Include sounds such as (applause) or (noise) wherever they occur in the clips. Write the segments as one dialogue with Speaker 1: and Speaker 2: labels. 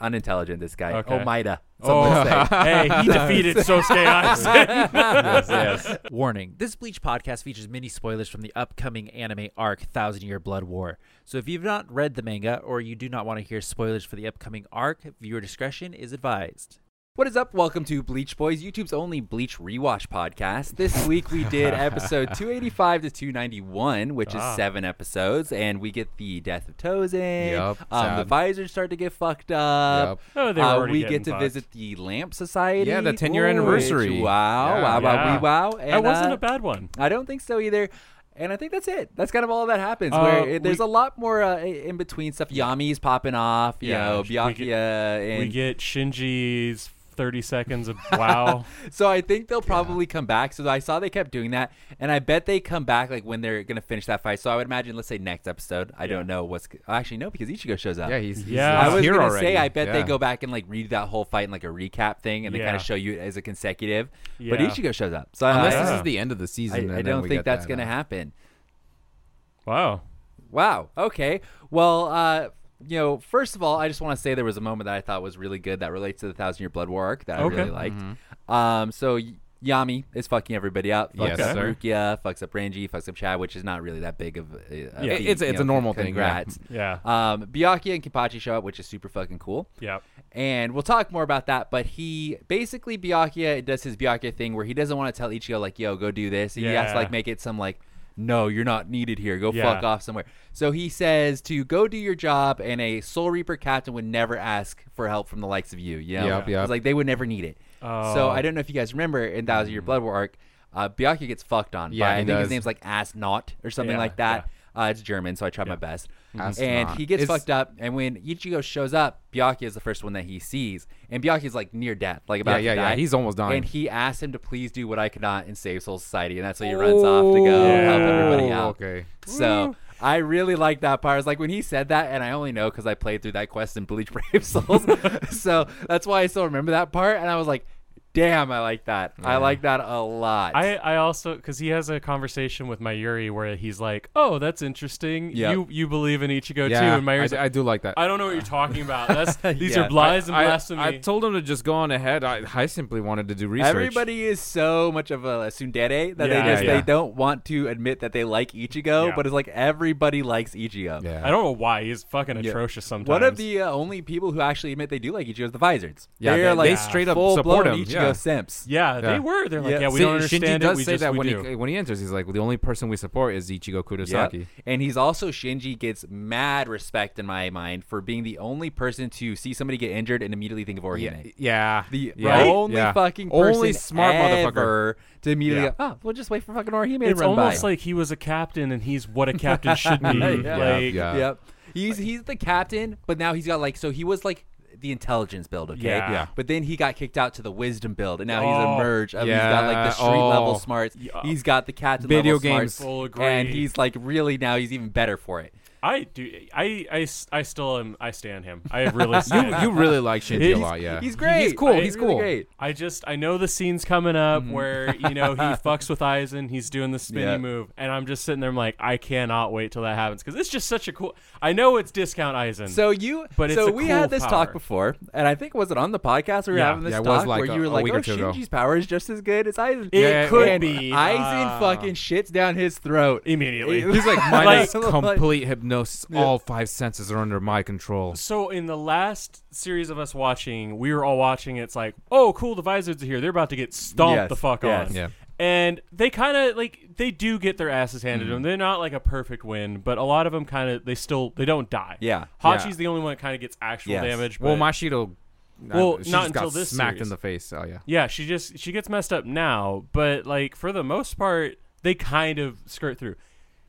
Speaker 1: Unintelligent, this guy.
Speaker 2: Okay.
Speaker 1: Omaida.
Speaker 2: Oh.
Speaker 1: Someone say.
Speaker 2: (laughs)
Speaker 1: (laughs)
Speaker 2: hey, he defeated Sosuke Anderson.
Speaker 3: (laughs)
Speaker 1: yes, yes. Warning this Bleach podcast features many spoilers from the upcoming anime arc Thousand Year Blood War. So if you've not read the manga or you do not want to hear spoilers for the upcoming arc, viewer discretion is advised.
Speaker 3: What is up? Welcome to Bleach Boys, YouTube's only Bleach rewatch podcast. This week we did episode 285 to 291, which
Speaker 2: Ah.
Speaker 3: is seven episodes, and we get the death of Tozan.
Speaker 4: Yup,
Speaker 3: um, the
Speaker 4: sad.
Speaker 3: visors start to get fucked up.
Speaker 2: Oh, they were
Speaker 3: uh,
Speaker 2: already
Speaker 3: we get
Speaker 2: getting
Speaker 3: to
Speaker 2: fucked.
Speaker 3: visit the Lamp Society.
Speaker 4: Yeah, the 10-year
Speaker 3: which-
Speaker 4: anniversary.
Speaker 3: Wow,
Speaker 4: Yeah.
Speaker 3: wow, wow,
Speaker 2: Yeah.
Speaker 3: wee, wow.
Speaker 2: That
Speaker 3: And,
Speaker 2: wasn't
Speaker 3: uh,
Speaker 2: a bad one.
Speaker 3: I don't think so either. And I think that's it. That's kind of all that happens.
Speaker 2: Uh,
Speaker 3: where it, there's
Speaker 2: we-
Speaker 3: a lot more uh, in between stuff. Yami's popping off, you
Speaker 2: Yeah,
Speaker 3: know,
Speaker 2: we get-
Speaker 3: Byakuya. and
Speaker 2: we get Shinji's 30 seconds
Speaker 4: (laughs)
Speaker 2: of wow.
Speaker 3: So I think they'll probably come back. So I saw they kept doing that, and I bet they come back like when they're gonna finish that fight. So I would imagine, let's say next episode. I don't know what's actually no because Ichigo shows up.
Speaker 4: Yeah, he's, he's,
Speaker 2: Yeah.
Speaker 4: he's
Speaker 3: I was
Speaker 4: here
Speaker 3: gonna
Speaker 4: already.
Speaker 3: say I bet they
Speaker 4: Yeah.
Speaker 3: go back and like read that whole fight in like a recap thing, and they kind
Speaker 2: Yeah.
Speaker 3: of show you it as a consecutive. But
Speaker 2: Yeah.
Speaker 3: Ichigo shows up, so
Speaker 4: Unless
Speaker 3: I,
Speaker 4: this
Speaker 2: Yeah.
Speaker 4: is the end of the season.
Speaker 3: I,
Speaker 4: and
Speaker 3: I
Speaker 4: then
Speaker 3: don't
Speaker 4: we
Speaker 3: think
Speaker 4: get
Speaker 3: that's
Speaker 4: that.
Speaker 3: gonna happen.
Speaker 2: wow.
Speaker 3: Wow. Okay. Well, uh, you know, first of all, I just want to say there was a moment that I thought was really good that relates to the Thousand Year Blood War arc that
Speaker 2: Okay.
Speaker 3: I really liked. Um, so y- Yami is fucking everybody up. Fucks
Speaker 4: Mm-hmm. Yes,
Speaker 3: up
Speaker 4: sir.
Speaker 3: Rukia, fucks up Ranji, fucks up Chad, which is not really that big of a. a
Speaker 2: Yeah.
Speaker 3: feat,
Speaker 4: It's-
Speaker 3: you
Speaker 4: it's a normal thing, yeah.
Speaker 3: Congrats.
Speaker 2: Yeah.
Speaker 4: Uh,
Speaker 3: Um, Byakuya and Kipachi show up, which is super fucking cool.
Speaker 2: Yep.
Speaker 3: And we'll talk more about that, but he basically Byakuya does his Byakuya thing where he doesn't want to tell Ichigo like, "Yo, go do this." He has
Speaker 2: Yeah.
Speaker 3: to like make it some like, "No, you're not needed here. Go
Speaker 2: Yeah.
Speaker 3: fuck off somewhere." So he says to go do your job, and a Soul Reaper captain would never ask for help from the likes of you. You know,
Speaker 4: Yep, yep.
Speaker 3: It's like they would never need it.
Speaker 2: Oh.
Speaker 3: So I don't know if you guys remember in Thousand Year Blood War arc, uh, Byakuya gets fucked on.
Speaker 4: Mm. Yeah,
Speaker 3: by, I
Speaker 4: he
Speaker 3: think his
Speaker 4: does.
Speaker 3: name's like Ass Knot or something
Speaker 2: Yeah,
Speaker 3: like that. Uh, it's German, so I tried my best.
Speaker 4: Ass
Speaker 3: and
Speaker 4: Knot.
Speaker 3: he gets
Speaker 4: It's-
Speaker 3: fucked up. And when Ichigo shows up, Byakuya is the first one that he sees, and Byakuya's like near death, like about
Speaker 4: yeah,
Speaker 3: to
Speaker 4: yeah,
Speaker 3: die.
Speaker 4: he's almost dying.
Speaker 3: And he asks him to please do what I cannot and save Soul Society, and that's why he runs off to go help
Speaker 2: Yeah.
Speaker 3: everybody
Speaker 4: Oh,
Speaker 3: out.
Speaker 4: okay.
Speaker 3: So I really like that part. I was like when he said that, and I only know because I played through that quest in Bleach (laughs) Brave
Speaker 4: (laughs)
Speaker 3: Souls, so that's why I still remember that part. And I was like, damn, I like that. I like that a lot.
Speaker 2: I, I also because he has a conversation with Mayuri where he's like, "Oh, that's interesting.
Speaker 3: Yep.
Speaker 2: You you believe in Ichigo too?"
Speaker 4: Yeah,
Speaker 2: And Mayuri's
Speaker 4: I,
Speaker 2: like,
Speaker 4: I do like that.
Speaker 2: I, don't know what you're talking
Speaker 4: (laughs)
Speaker 2: about. That's these
Speaker 3: Yeah.
Speaker 2: are lies and
Speaker 4: I-
Speaker 2: blasphemy."
Speaker 4: I told him to just go on ahead. I, I simply wanted to do research.
Speaker 3: Everybody is so much of a tsundere that
Speaker 2: Yeah,
Speaker 3: they just
Speaker 4: yeah.
Speaker 3: they don't want to admit that they like Ichigo,
Speaker 2: Yeah.
Speaker 3: but it's like everybody likes Ichigo.
Speaker 4: Yeah.
Speaker 2: I don't know why he's fucking atrocious sometimes.
Speaker 3: One of the uh, only people who actually admit they do like Ichigo is the Vizards.
Speaker 4: Yeah,
Speaker 3: They're
Speaker 4: they-
Speaker 3: like
Speaker 4: they straight up
Speaker 3: full
Speaker 4: support
Speaker 3: blown
Speaker 4: him,
Speaker 3: Ichigo
Speaker 4: yeah.
Speaker 3: simps.
Speaker 2: yeah,
Speaker 4: Yeah.
Speaker 2: they were. They're like,
Speaker 3: Yeah.
Speaker 2: "Yeah, we
Speaker 4: See,
Speaker 2: don't
Speaker 4: Shinji
Speaker 2: understand it.
Speaker 4: does
Speaker 2: we
Speaker 4: say
Speaker 2: just,
Speaker 4: that
Speaker 2: we
Speaker 4: when
Speaker 2: do.
Speaker 4: he when he enters, he's like, "The only person we support is Ichigo
Speaker 3: Yep.
Speaker 4: Kurosaki."
Speaker 3: And he's also Shinji gets mad respect in my mind for being the only person to see somebody get injured and immediately think of Orihime.
Speaker 4: Yeah,
Speaker 3: The
Speaker 4: yeah.
Speaker 3: only
Speaker 4: yeah.
Speaker 3: fucking person
Speaker 4: only smart motherfucker.
Speaker 3: ever to immediately
Speaker 2: Yeah.
Speaker 3: go, oh, we'll just wait for fucking Orihime to
Speaker 2: It's
Speaker 3: run by.
Speaker 2: almost like he was a captain and he's what a captain
Speaker 4: (laughs)
Speaker 2: should be. Like,
Speaker 4: yeah.
Speaker 3: yep. He's he's the captain, but now he's got like so he was like the intelligence build, okay?
Speaker 2: Yeah. Yeah.
Speaker 3: But then he got kicked out to the wisdom build, and now he's
Speaker 2: Oh.
Speaker 3: emerged. Of, He's got like the
Speaker 4: Yeah.
Speaker 3: street level
Speaker 4: Oh.
Speaker 3: smarts.
Speaker 2: Yeah.
Speaker 3: He's got the captain
Speaker 4: Video
Speaker 3: level smarts,
Speaker 4: games.
Speaker 2: Full agree.
Speaker 3: and he's like really now he's even better for it.
Speaker 2: I do. I, I s- I still am. I stand him. I
Speaker 4: (laughs)
Speaker 2: really stand.
Speaker 4: You you really like Shinji
Speaker 2: He's-
Speaker 4: a lot, yeah.
Speaker 3: He's great.
Speaker 4: He's cool.
Speaker 2: I-
Speaker 4: He's
Speaker 3: really
Speaker 4: cool. Mm-hmm.
Speaker 3: great.
Speaker 2: I just I know the scene's coming up where you
Speaker 4: (laughs)
Speaker 2: know he fucks with Eisen, he's doing the spinny
Speaker 3: Yeah.
Speaker 2: move, and I'm just sitting there, I'm like, I cannot wait till that happens because it's just such a cool. I know it's discount Eisen.
Speaker 3: So you,
Speaker 2: But it's
Speaker 3: so
Speaker 2: a
Speaker 3: we
Speaker 2: cool
Speaker 3: had this talk
Speaker 2: power.
Speaker 3: before, and I think was it on the podcast we were
Speaker 2: Yeah.
Speaker 3: having this
Speaker 4: Yeah, it was
Speaker 3: talk
Speaker 4: like
Speaker 3: where
Speaker 4: a-
Speaker 3: you were
Speaker 4: a
Speaker 3: like,
Speaker 4: week
Speaker 3: "Oh,
Speaker 4: or two ago."
Speaker 3: Shinji's power is just as good as Aizen."
Speaker 2: it
Speaker 4: yeah,
Speaker 2: could
Speaker 4: and
Speaker 2: be
Speaker 3: Aizen
Speaker 2: uh,
Speaker 3: fucking shits down his throat
Speaker 2: immediately.
Speaker 3: (laughs)
Speaker 4: (laughs) He's like minus
Speaker 3: Like-
Speaker 4: complete hypnosis. All five senses are under my control.
Speaker 2: So in the last series of us watching, we were all watching. It's like, oh, cool, the Vizards are here. They're about to get stomped
Speaker 3: Yes,
Speaker 2: the fuck
Speaker 3: yes.
Speaker 2: on.
Speaker 4: Yeah.
Speaker 2: And they kind of like they do get their asses handed
Speaker 3: Mm-hmm.
Speaker 2: to them. They're not like a perfect win, but a lot of them kind of they still they don't die.
Speaker 3: Yeah.
Speaker 2: Hachi's
Speaker 4: Yeah.
Speaker 2: the only one that kind of gets actual
Speaker 3: Yes.
Speaker 2: damage.
Speaker 4: Well,
Speaker 2: but-
Speaker 4: Mashido.
Speaker 2: Well,
Speaker 4: she
Speaker 2: not
Speaker 4: just
Speaker 2: until
Speaker 4: got
Speaker 2: this
Speaker 4: smacked
Speaker 2: series.
Speaker 4: in the face. Oh yeah.
Speaker 2: Yeah, she just she gets messed up now, but like for the most part, they kind of skirt through.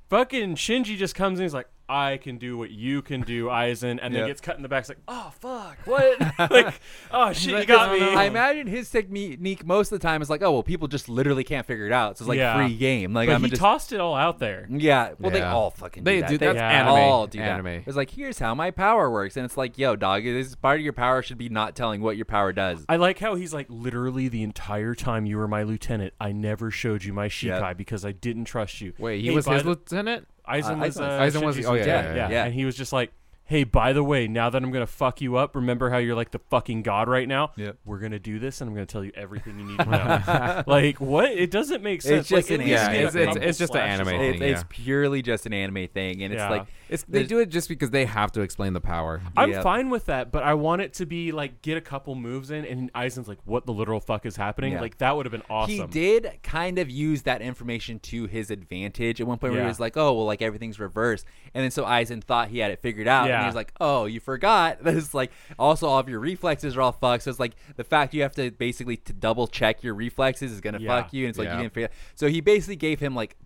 Speaker 2: Fucking Shinji just comes in. He's like, I can do what you can do, Aizen, and
Speaker 3: Yeah.
Speaker 2: then gets cut in the back. It's like, oh fuck, what? (laughs) like, oh shit, you (laughs) got me.
Speaker 3: I imagine his technique most of the time is like, oh well, people just literally can't figure it out. So it's like
Speaker 2: Yeah.
Speaker 3: free game. Like
Speaker 2: but
Speaker 3: I'm
Speaker 2: he
Speaker 3: just
Speaker 2: tossed it all out there.
Speaker 3: yeah. Well, they
Speaker 4: Yeah.
Speaker 3: all fucking
Speaker 4: They
Speaker 3: do that.
Speaker 4: do-
Speaker 3: They
Speaker 4: that's
Speaker 2: Yeah.
Speaker 4: anime.
Speaker 3: all do that.
Speaker 4: anime.
Speaker 3: It's like here's how my power works, and it's like, yo, dog, this is part of your power should be not telling what your power does.
Speaker 2: I like how he's like literally the entire time you were my lieutenant, I never showed you my sheep
Speaker 3: Yeah.
Speaker 2: eye because I didn't trust you.
Speaker 4: Wait, he
Speaker 2: Hey,
Speaker 4: was
Speaker 2: by
Speaker 4: his
Speaker 2: the-
Speaker 4: lieutenant.
Speaker 2: Aizen
Speaker 3: Uh,
Speaker 2: was.
Speaker 3: Aizen.
Speaker 2: Uh,
Speaker 4: Aizen was-
Speaker 2: Shinji's
Speaker 4: oh, yeah,
Speaker 2: lieutenant.
Speaker 4: yeah,
Speaker 3: yeah, yeah.
Speaker 2: And he was just like, "Hey, by the way, now that I'm gonna fuck you up, remember how you're like the fucking god right now?
Speaker 3: Yeah.
Speaker 2: We're gonna do this, and I'm gonna tell you everything you
Speaker 3: (laughs)
Speaker 2: need to know. like, what? It doesn't make sense.
Speaker 3: just
Speaker 2: like,
Speaker 3: an
Speaker 2: at least
Speaker 3: anime
Speaker 2: get a
Speaker 3: thing. Yeah, it's-
Speaker 2: couple
Speaker 4: it's just an
Speaker 2: slashes
Speaker 4: anime
Speaker 2: off.
Speaker 4: thing.
Speaker 3: It, It's
Speaker 4: yeah.
Speaker 3: purely just an anime thing, and
Speaker 2: Yeah.
Speaker 3: it's like
Speaker 4: It's they
Speaker 3: There's-
Speaker 4: do it just because they have to explain the power.
Speaker 2: I'm
Speaker 3: Yeah.
Speaker 2: fine with that, but I want it to be like get a couple moves in, and Aizen's like, "What the literal fuck is happening?"
Speaker 3: Yeah.
Speaker 2: Like that would have been awesome.
Speaker 3: He did kind of use that information to his advantage at one point where he
Speaker 2: Yeah.
Speaker 3: was like, oh, well, like everything's reversed. And then so Eisen thought he had it figured out. And
Speaker 2: Yeah.
Speaker 3: he was like, oh, you forgot. (laughs) There's like also all of your reflexes are all fucked. So it's like the fact you have to basically to double check your reflexes is going to
Speaker 2: Yeah.
Speaker 3: fuck you. And it's like
Speaker 4: Yeah.
Speaker 3: you didn't figure So he basically gave him like,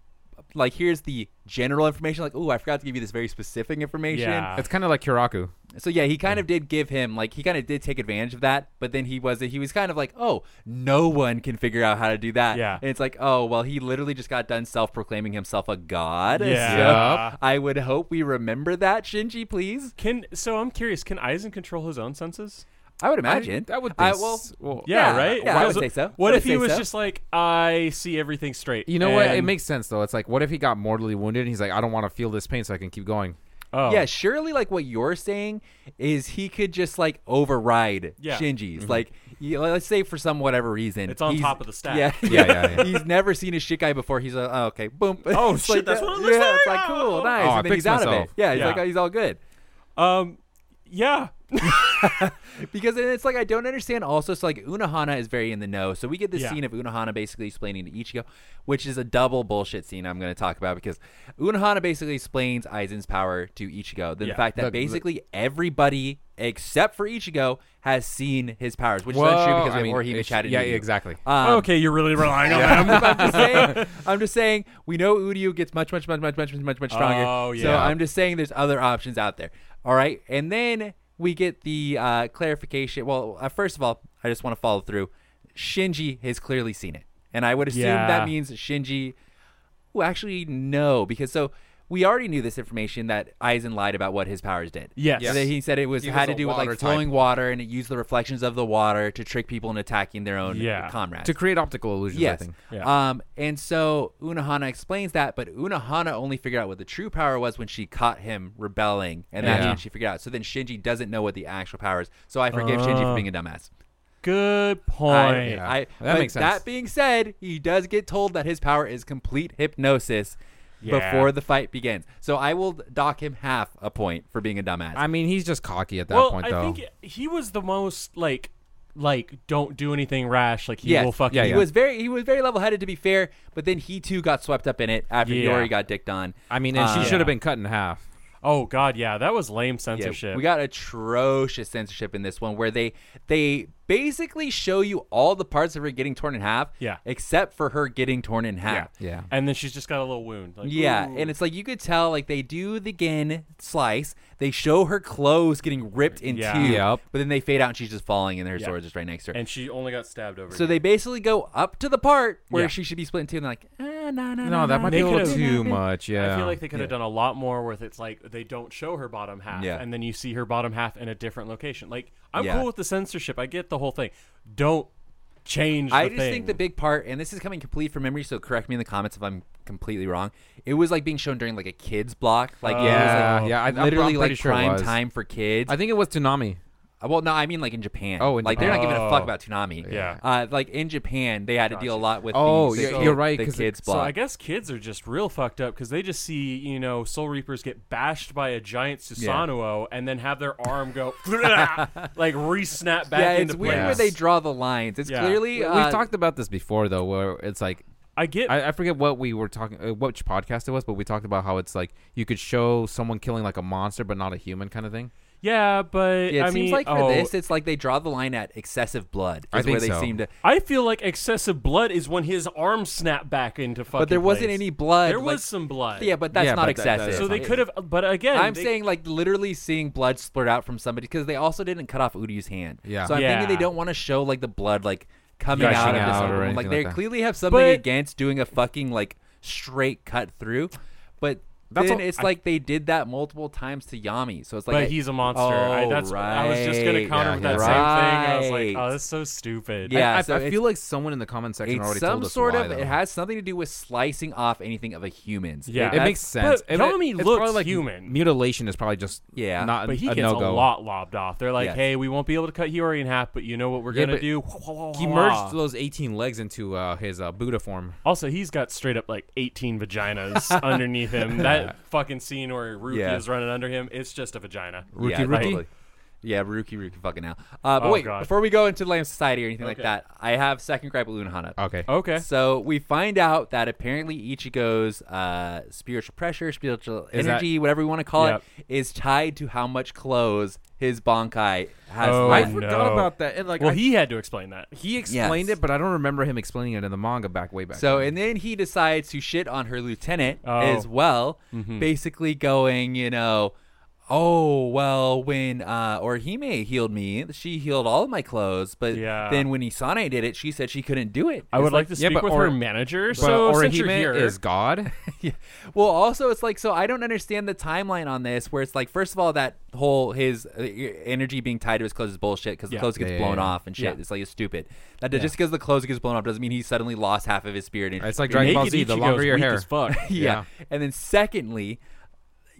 Speaker 3: like here's the general information. Like, oh, I forgot to give you this very specific information.
Speaker 2: Yeah.
Speaker 4: It's kind of like Kiraku.
Speaker 3: So yeah, he kind of did give him like he kind of did take advantage of that, but then he was he was kind of like, oh, no one can figure out how to do that.
Speaker 2: Yeah.
Speaker 3: and it's like, oh well, he literally just got done self-proclaiming himself a god.
Speaker 2: Yeah.
Speaker 3: so I would hope we remember that, Shinji, please.
Speaker 2: Can so I'm curious. Can Aizen control his own senses?
Speaker 3: I would imagine
Speaker 4: I, that would be.
Speaker 3: I,
Speaker 4: s-
Speaker 3: well,
Speaker 4: well,
Speaker 2: Yeah,
Speaker 3: Yeah,
Speaker 2: right.
Speaker 3: yeah, I would
Speaker 2: Because
Speaker 3: say so.
Speaker 2: What
Speaker 3: I
Speaker 2: if
Speaker 3: would
Speaker 2: he
Speaker 3: say
Speaker 2: was
Speaker 3: so.
Speaker 2: just like, I see everything straight.
Speaker 4: You know what? It
Speaker 2: and-
Speaker 4: makes sense though. It's like, what if he got mortally wounded and he's like, I don't want to feel this pain, so I can keep going.
Speaker 2: Oh.
Speaker 3: yeah, surely like what you're saying is he could just like override
Speaker 2: Yeah.
Speaker 3: Shinji's.
Speaker 4: Mm-hmm.
Speaker 3: Like you, let's say for some whatever reason,
Speaker 2: It's on
Speaker 3: he's-
Speaker 2: top of the stack.
Speaker 3: Yeah,
Speaker 4: (laughs) Yeah, yeah, yeah.
Speaker 3: he's never seen a shit guy before. He's like, oh, okay, boom. (laughs)
Speaker 2: Oh,
Speaker 3: It's
Speaker 2: shit,
Speaker 3: like,
Speaker 2: that's
Speaker 3: yeah,
Speaker 2: what it looks
Speaker 3: yeah, it's
Speaker 2: like.
Speaker 3: like cool,
Speaker 2: Oh,
Speaker 3: nice.
Speaker 4: I
Speaker 3: and then he's
Speaker 4: fixed
Speaker 3: out of
Speaker 4: myself.
Speaker 3: it. Yeah, he's
Speaker 2: Yeah.
Speaker 3: like oh, he's all good.
Speaker 2: Um. Yeah.
Speaker 3: Because then it's like I don't understand. Also, so like Unohana is very in the know. So we get this
Speaker 2: Yeah.
Speaker 3: scene of Unohana basically explaining to Ichigo, which is a double bullshit scene. I'm going to talk about because Unohana basically explains Aizen's power to Ichigo. Then
Speaker 2: Yeah.
Speaker 3: the fact that
Speaker 4: Look, look-
Speaker 3: basically everybody except for Ichigo has seen his powers, which
Speaker 4: Well,
Speaker 3: is untrue because
Speaker 4: I
Speaker 3: we
Speaker 4: mean,
Speaker 3: have Orihime
Speaker 4: it's-
Speaker 3: chatted.
Speaker 4: yeah, exactly.
Speaker 3: Um,
Speaker 2: okay, you're really relying on
Speaker 3: I'm, (laughs)
Speaker 2: that.
Speaker 3: I'm just
Speaker 2: (laughs)
Speaker 3: saying, I'm just saying, we know Uryu gets much, much, much, much, much, much, much, much stronger.
Speaker 2: Oh,
Speaker 3: So
Speaker 2: yeah.
Speaker 3: I'm just saying there's other options out there. All right. And then we get the uh, clarification. Well, uh, first of all, I just want to follow through. Shinji has clearly seen it. And I would assume
Speaker 2: Yeah.
Speaker 3: that means Shinji. Well, actually, no, because so we already knew this information that Aizen lied about what his powers did.
Speaker 2: Yes.
Speaker 3: That he said it was
Speaker 4: He was
Speaker 3: had to
Speaker 4: a
Speaker 3: do with
Speaker 4: water
Speaker 3: like
Speaker 4: type.
Speaker 3: flowing water and it used the reflections of the water to trick people into attacking their own
Speaker 2: Yeah.
Speaker 3: comrades.
Speaker 4: To create optical illusions, I
Speaker 3: Yes.
Speaker 4: think.
Speaker 2: Yeah.
Speaker 3: Um, and so Unohana explains that, but Unohana only figured out what the true power was when she caught him rebelling, and that's
Speaker 4: Yeah.
Speaker 3: when she figured out. So then Shinji doesn't know what the actual power is. So I forgive Shinji
Speaker 4: Oh.
Speaker 3: for being a dumbass.
Speaker 2: Good point.
Speaker 3: I,
Speaker 4: yeah.
Speaker 3: I-
Speaker 4: That
Speaker 3: but
Speaker 4: makes sense.
Speaker 3: That being said, he does get told that his power is complete hypnosis
Speaker 2: Yeah.
Speaker 3: before the fight begins. So I will dock him half a point for being a dumbass.
Speaker 4: I mean, he's just cocky at that
Speaker 2: well,
Speaker 4: point,
Speaker 2: I
Speaker 4: though.
Speaker 2: think he was the most like, like don't do anything rash. Like he
Speaker 3: Yes.
Speaker 2: will fuck
Speaker 4: Yeah,
Speaker 2: you.
Speaker 3: He was very he was very level headed to be fair, but then he too got swept up in it after
Speaker 2: Yeah.
Speaker 3: Yori got dicked on.
Speaker 4: I mean, and she
Speaker 3: Uh,
Speaker 4: should have been cut in half.
Speaker 2: Oh god, yeah, that was lame
Speaker 3: Yeah,
Speaker 2: censorship.
Speaker 3: we got atrocious censorship in this one where they they basically show you all the parts of her getting torn in half.
Speaker 2: Yeah.
Speaker 3: Except for her getting torn in half.
Speaker 4: Yeah.
Speaker 2: and then she's just got a little wound. Like,
Speaker 3: Yeah,
Speaker 2: ooh.
Speaker 3: and it's like you could tell like they do the gin slice, they show her clothes getting ripped in
Speaker 2: Yeah.
Speaker 3: two,
Speaker 4: Yep.
Speaker 3: but then they fade out and she's just falling and her
Speaker 2: Yeah.
Speaker 3: sword's just right next to her.
Speaker 2: and she only got stabbed over.
Speaker 3: so they basically go up to the part where
Speaker 2: Yeah.
Speaker 3: she should be split in two and they're like, ah, no, no,
Speaker 4: No, that might be a
Speaker 2: They
Speaker 4: little
Speaker 2: could've-
Speaker 4: too much. Yeah.
Speaker 2: I feel like they could have done a lot more with it's like they don't show her bottom half,
Speaker 3: Yeah.
Speaker 2: and then you see her bottom half in a different location. Like I'm
Speaker 3: Yeah.
Speaker 2: cool with the censorship. I get the whole thing. Don't change.
Speaker 3: I
Speaker 2: the
Speaker 3: just
Speaker 2: thing.
Speaker 3: think the big part, and this is coming complete from memory, so correct me in the comments if I'm completely wrong. It was like being shown during like a kids block, like it was,
Speaker 4: Yeah,
Speaker 3: like,
Speaker 4: Oh, yeah, I- I'm- I'm
Speaker 3: literally
Speaker 4: pretty
Speaker 3: like
Speaker 4: sure it
Speaker 3: prime
Speaker 4: was.
Speaker 3: time for kids. Uh,
Speaker 4: I think it was Tsunami.
Speaker 3: well, no, I mean like in Japan.
Speaker 4: Oh, in
Speaker 3: like they're
Speaker 4: Japan.
Speaker 3: not giving a fuck
Speaker 2: Oh.
Speaker 3: about tsunami.
Speaker 2: Yeah.
Speaker 3: uh, like in Japan, they had to deal a lot with. the,
Speaker 4: Oh,
Speaker 3: the
Speaker 4: you're-
Speaker 3: kid-
Speaker 4: you're right,
Speaker 3: The
Speaker 4: 'cause it-
Speaker 3: kids
Speaker 4: so
Speaker 3: block.
Speaker 2: So I guess kids are just real fucked up because they just see you know Soul Reapers get bashed by a giant Susanoo and then have their
Speaker 3: (laughs)
Speaker 2: arm go (laughs) like re-snap back
Speaker 3: yeah,
Speaker 2: into
Speaker 3: it's weird
Speaker 2: place.
Speaker 3: where they draw the lines. It's
Speaker 2: Yeah.
Speaker 3: clearly
Speaker 4: We,
Speaker 3: uh,
Speaker 4: have talked about this before, though, where it's like
Speaker 2: I get
Speaker 4: I, I forget what we were talking, uh, which podcast it was, but we talked about how it's like you could show someone killing like a monster, but not a human kind of thing.
Speaker 2: Yeah, but
Speaker 3: Yeah, it
Speaker 2: I
Speaker 3: seems
Speaker 2: mean,
Speaker 3: like for
Speaker 2: oh,
Speaker 3: this, it's like they draw the line at excessive blood. Is
Speaker 4: I
Speaker 3: where
Speaker 4: think
Speaker 3: they
Speaker 4: so.
Speaker 3: seem to.
Speaker 2: I feel like excessive blood is when his arm snapped back into fucking.
Speaker 3: But there wasn't
Speaker 2: place.
Speaker 3: any blood.
Speaker 2: There
Speaker 3: like-
Speaker 2: was some blood.
Speaker 3: Yeah, but that's
Speaker 4: Yeah,
Speaker 3: not
Speaker 4: but that- that-
Speaker 3: excessive.
Speaker 4: that's
Speaker 2: so they
Speaker 4: fine.
Speaker 2: could have. But
Speaker 4: (laughs)
Speaker 2: again,
Speaker 3: I'm
Speaker 2: they-
Speaker 3: saying like literally seeing blood splurt out from somebody because they also didn't cut off Udy's hand.
Speaker 4: Yeah.
Speaker 3: So I'm thinking
Speaker 2: Yeah.
Speaker 3: they don't want to show like the blood like coming out
Speaker 4: Gushing
Speaker 3: of this
Speaker 4: out
Speaker 3: other
Speaker 4: or
Speaker 3: one. Like
Speaker 4: anything
Speaker 3: they
Speaker 4: like that.
Speaker 3: clearly have something
Speaker 2: But-
Speaker 3: against doing a fucking like straight cut through, but.
Speaker 4: That's
Speaker 3: then
Speaker 4: all-
Speaker 3: it's
Speaker 4: I-
Speaker 3: like they did that multiple times to Yami, so it's like
Speaker 2: but
Speaker 3: I-
Speaker 2: he's a monster. I,
Speaker 3: Oh,
Speaker 2: that's I was just gonna
Speaker 3: right.
Speaker 2: counter
Speaker 4: Yeah,
Speaker 2: with that
Speaker 4: yeah.
Speaker 2: same thing. and I was
Speaker 3: Right.
Speaker 2: like, oh, that's so stupid.
Speaker 3: Yeah,
Speaker 4: I, I,
Speaker 3: so
Speaker 4: I
Speaker 3: it's-
Speaker 4: feel like someone in the comment section
Speaker 3: It's
Speaker 4: already
Speaker 3: some
Speaker 4: told us
Speaker 3: sort
Speaker 4: why,
Speaker 3: of.
Speaker 4: though.
Speaker 3: It has something to do with slicing off anything of a human's.
Speaker 2: Yeah.
Speaker 4: It
Speaker 3: That's-
Speaker 4: makes sense.
Speaker 2: but
Speaker 4: It might-
Speaker 2: Tommy
Speaker 4: it's
Speaker 2: looks
Speaker 4: probably like
Speaker 2: human.
Speaker 4: Mutilation is probably just
Speaker 3: Yeah.
Speaker 4: not
Speaker 2: But he
Speaker 4: a
Speaker 2: gets
Speaker 4: no
Speaker 2: a
Speaker 4: go.
Speaker 2: lot lobbed off. They're like,
Speaker 3: Yes.
Speaker 2: "Hey, we won't be able to cut Hiyori in half, but you know what we're
Speaker 4: Yeah,
Speaker 2: gonna
Speaker 4: but
Speaker 2: do?"
Speaker 4: He merged those 18 legs into uh, his uh, Buddha form.
Speaker 2: Also, he's got straight up like 18
Speaker 4: (laughs)
Speaker 2: vaginas underneath him. That fucking scene where Ruki
Speaker 3: Yeah.
Speaker 2: is running under him, it's just a vagina.
Speaker 3: yeah,
Speaker 4: Rookie, rookie?
Speaker 3: probably. Yeah, Ruki Ruki fucking now. Uh, but
Speaker 2: Oh,
Speaker 3: wait,
Speaker 2: God.
Speaker 3: before we go into Lamb Society or anything like
Speaker 2: Okay.
Speaker 3: that, I have second gripe with Unohana.
Speaker 4: Okay.
Speaker 2: Okay.
Speaker 3: So we find out that apparently Ichigo's uh, spiritual pressure, spiritual
Speaker 4: Is that-
Speaker 3: energy, whatever we want to call
Speaker 2: Yep.
Speaker 3: it, is tied to how much clothes his Bonkai has
Speaker 2: Oh,
Speaker 4: I
Speaker 3: left.
Speaker 4: forgot
Speaker 2: no.
Speaker 4: about that. And like
Speaker 2: Well,
Speaker 4: I-
Speaker 2: he had to explain that.
Speaker 4: he explained
Speaker 3: Yes.
Speaker 4: it, but I don't remember him explaining it in the manga back way back.
Speaker 3: So,
Speaker 4: then.
Speaker 3: and then he decides to shit on her lieutenant
Speaker 2: Oh. Mm-hmm.
Speaker 3: as well, basically going, you know, oh, well, when uh, Orihime healed me, she healed all of my clothes, but
Speaker 2: Yeah.
Speaker 3: then when Isane did it, she said she couldn't do it.
Speaker 2: I would like, to
Speaker 4: yeah,
Speaker 2: speak
Speaker 4: but
Speaker 2: with
Speaker 4: Ori-
Speaker 2: her manager.
Speaker 4: but
Speaker 2: so since you're here,
Speaker 4: Orihime is God.
Speaker 3: (laughs) Yeah. Well, also, it's like so I don't understand the timeline on this, where it's like first of all that whole his uh, energy being tied to his clothes is bullshit because the
Speaker 2: Yeah.
Speaker 3: clothes gets
Speaker 4: Yeah, yeah,
Speaker 3: blown
Speaker 4: yeah.
Speaker 3: off and shit.
Speaker 2: Yeah.
Speaker 3: It's like it's stupid. That just because the clothes gets blown off doesn't mean he suddenly lost half of his spirit. And
Speaker 4: It's
Speaker 2: (laughs)
Speaker 4: like
Speaker 3: yeah.
Speaker 4: Dragon Ball
Speaker 2: Naked
Speaker 4: Z. The
Speaker 2: Ichigo's
Speaker 4: longer your
Speaker 2: weak
Speaker 4: hair,
Speaker 2: as fuck.
Speaker 4: (laughs)
Speaker 3: (laughs) yeah. And then secondly,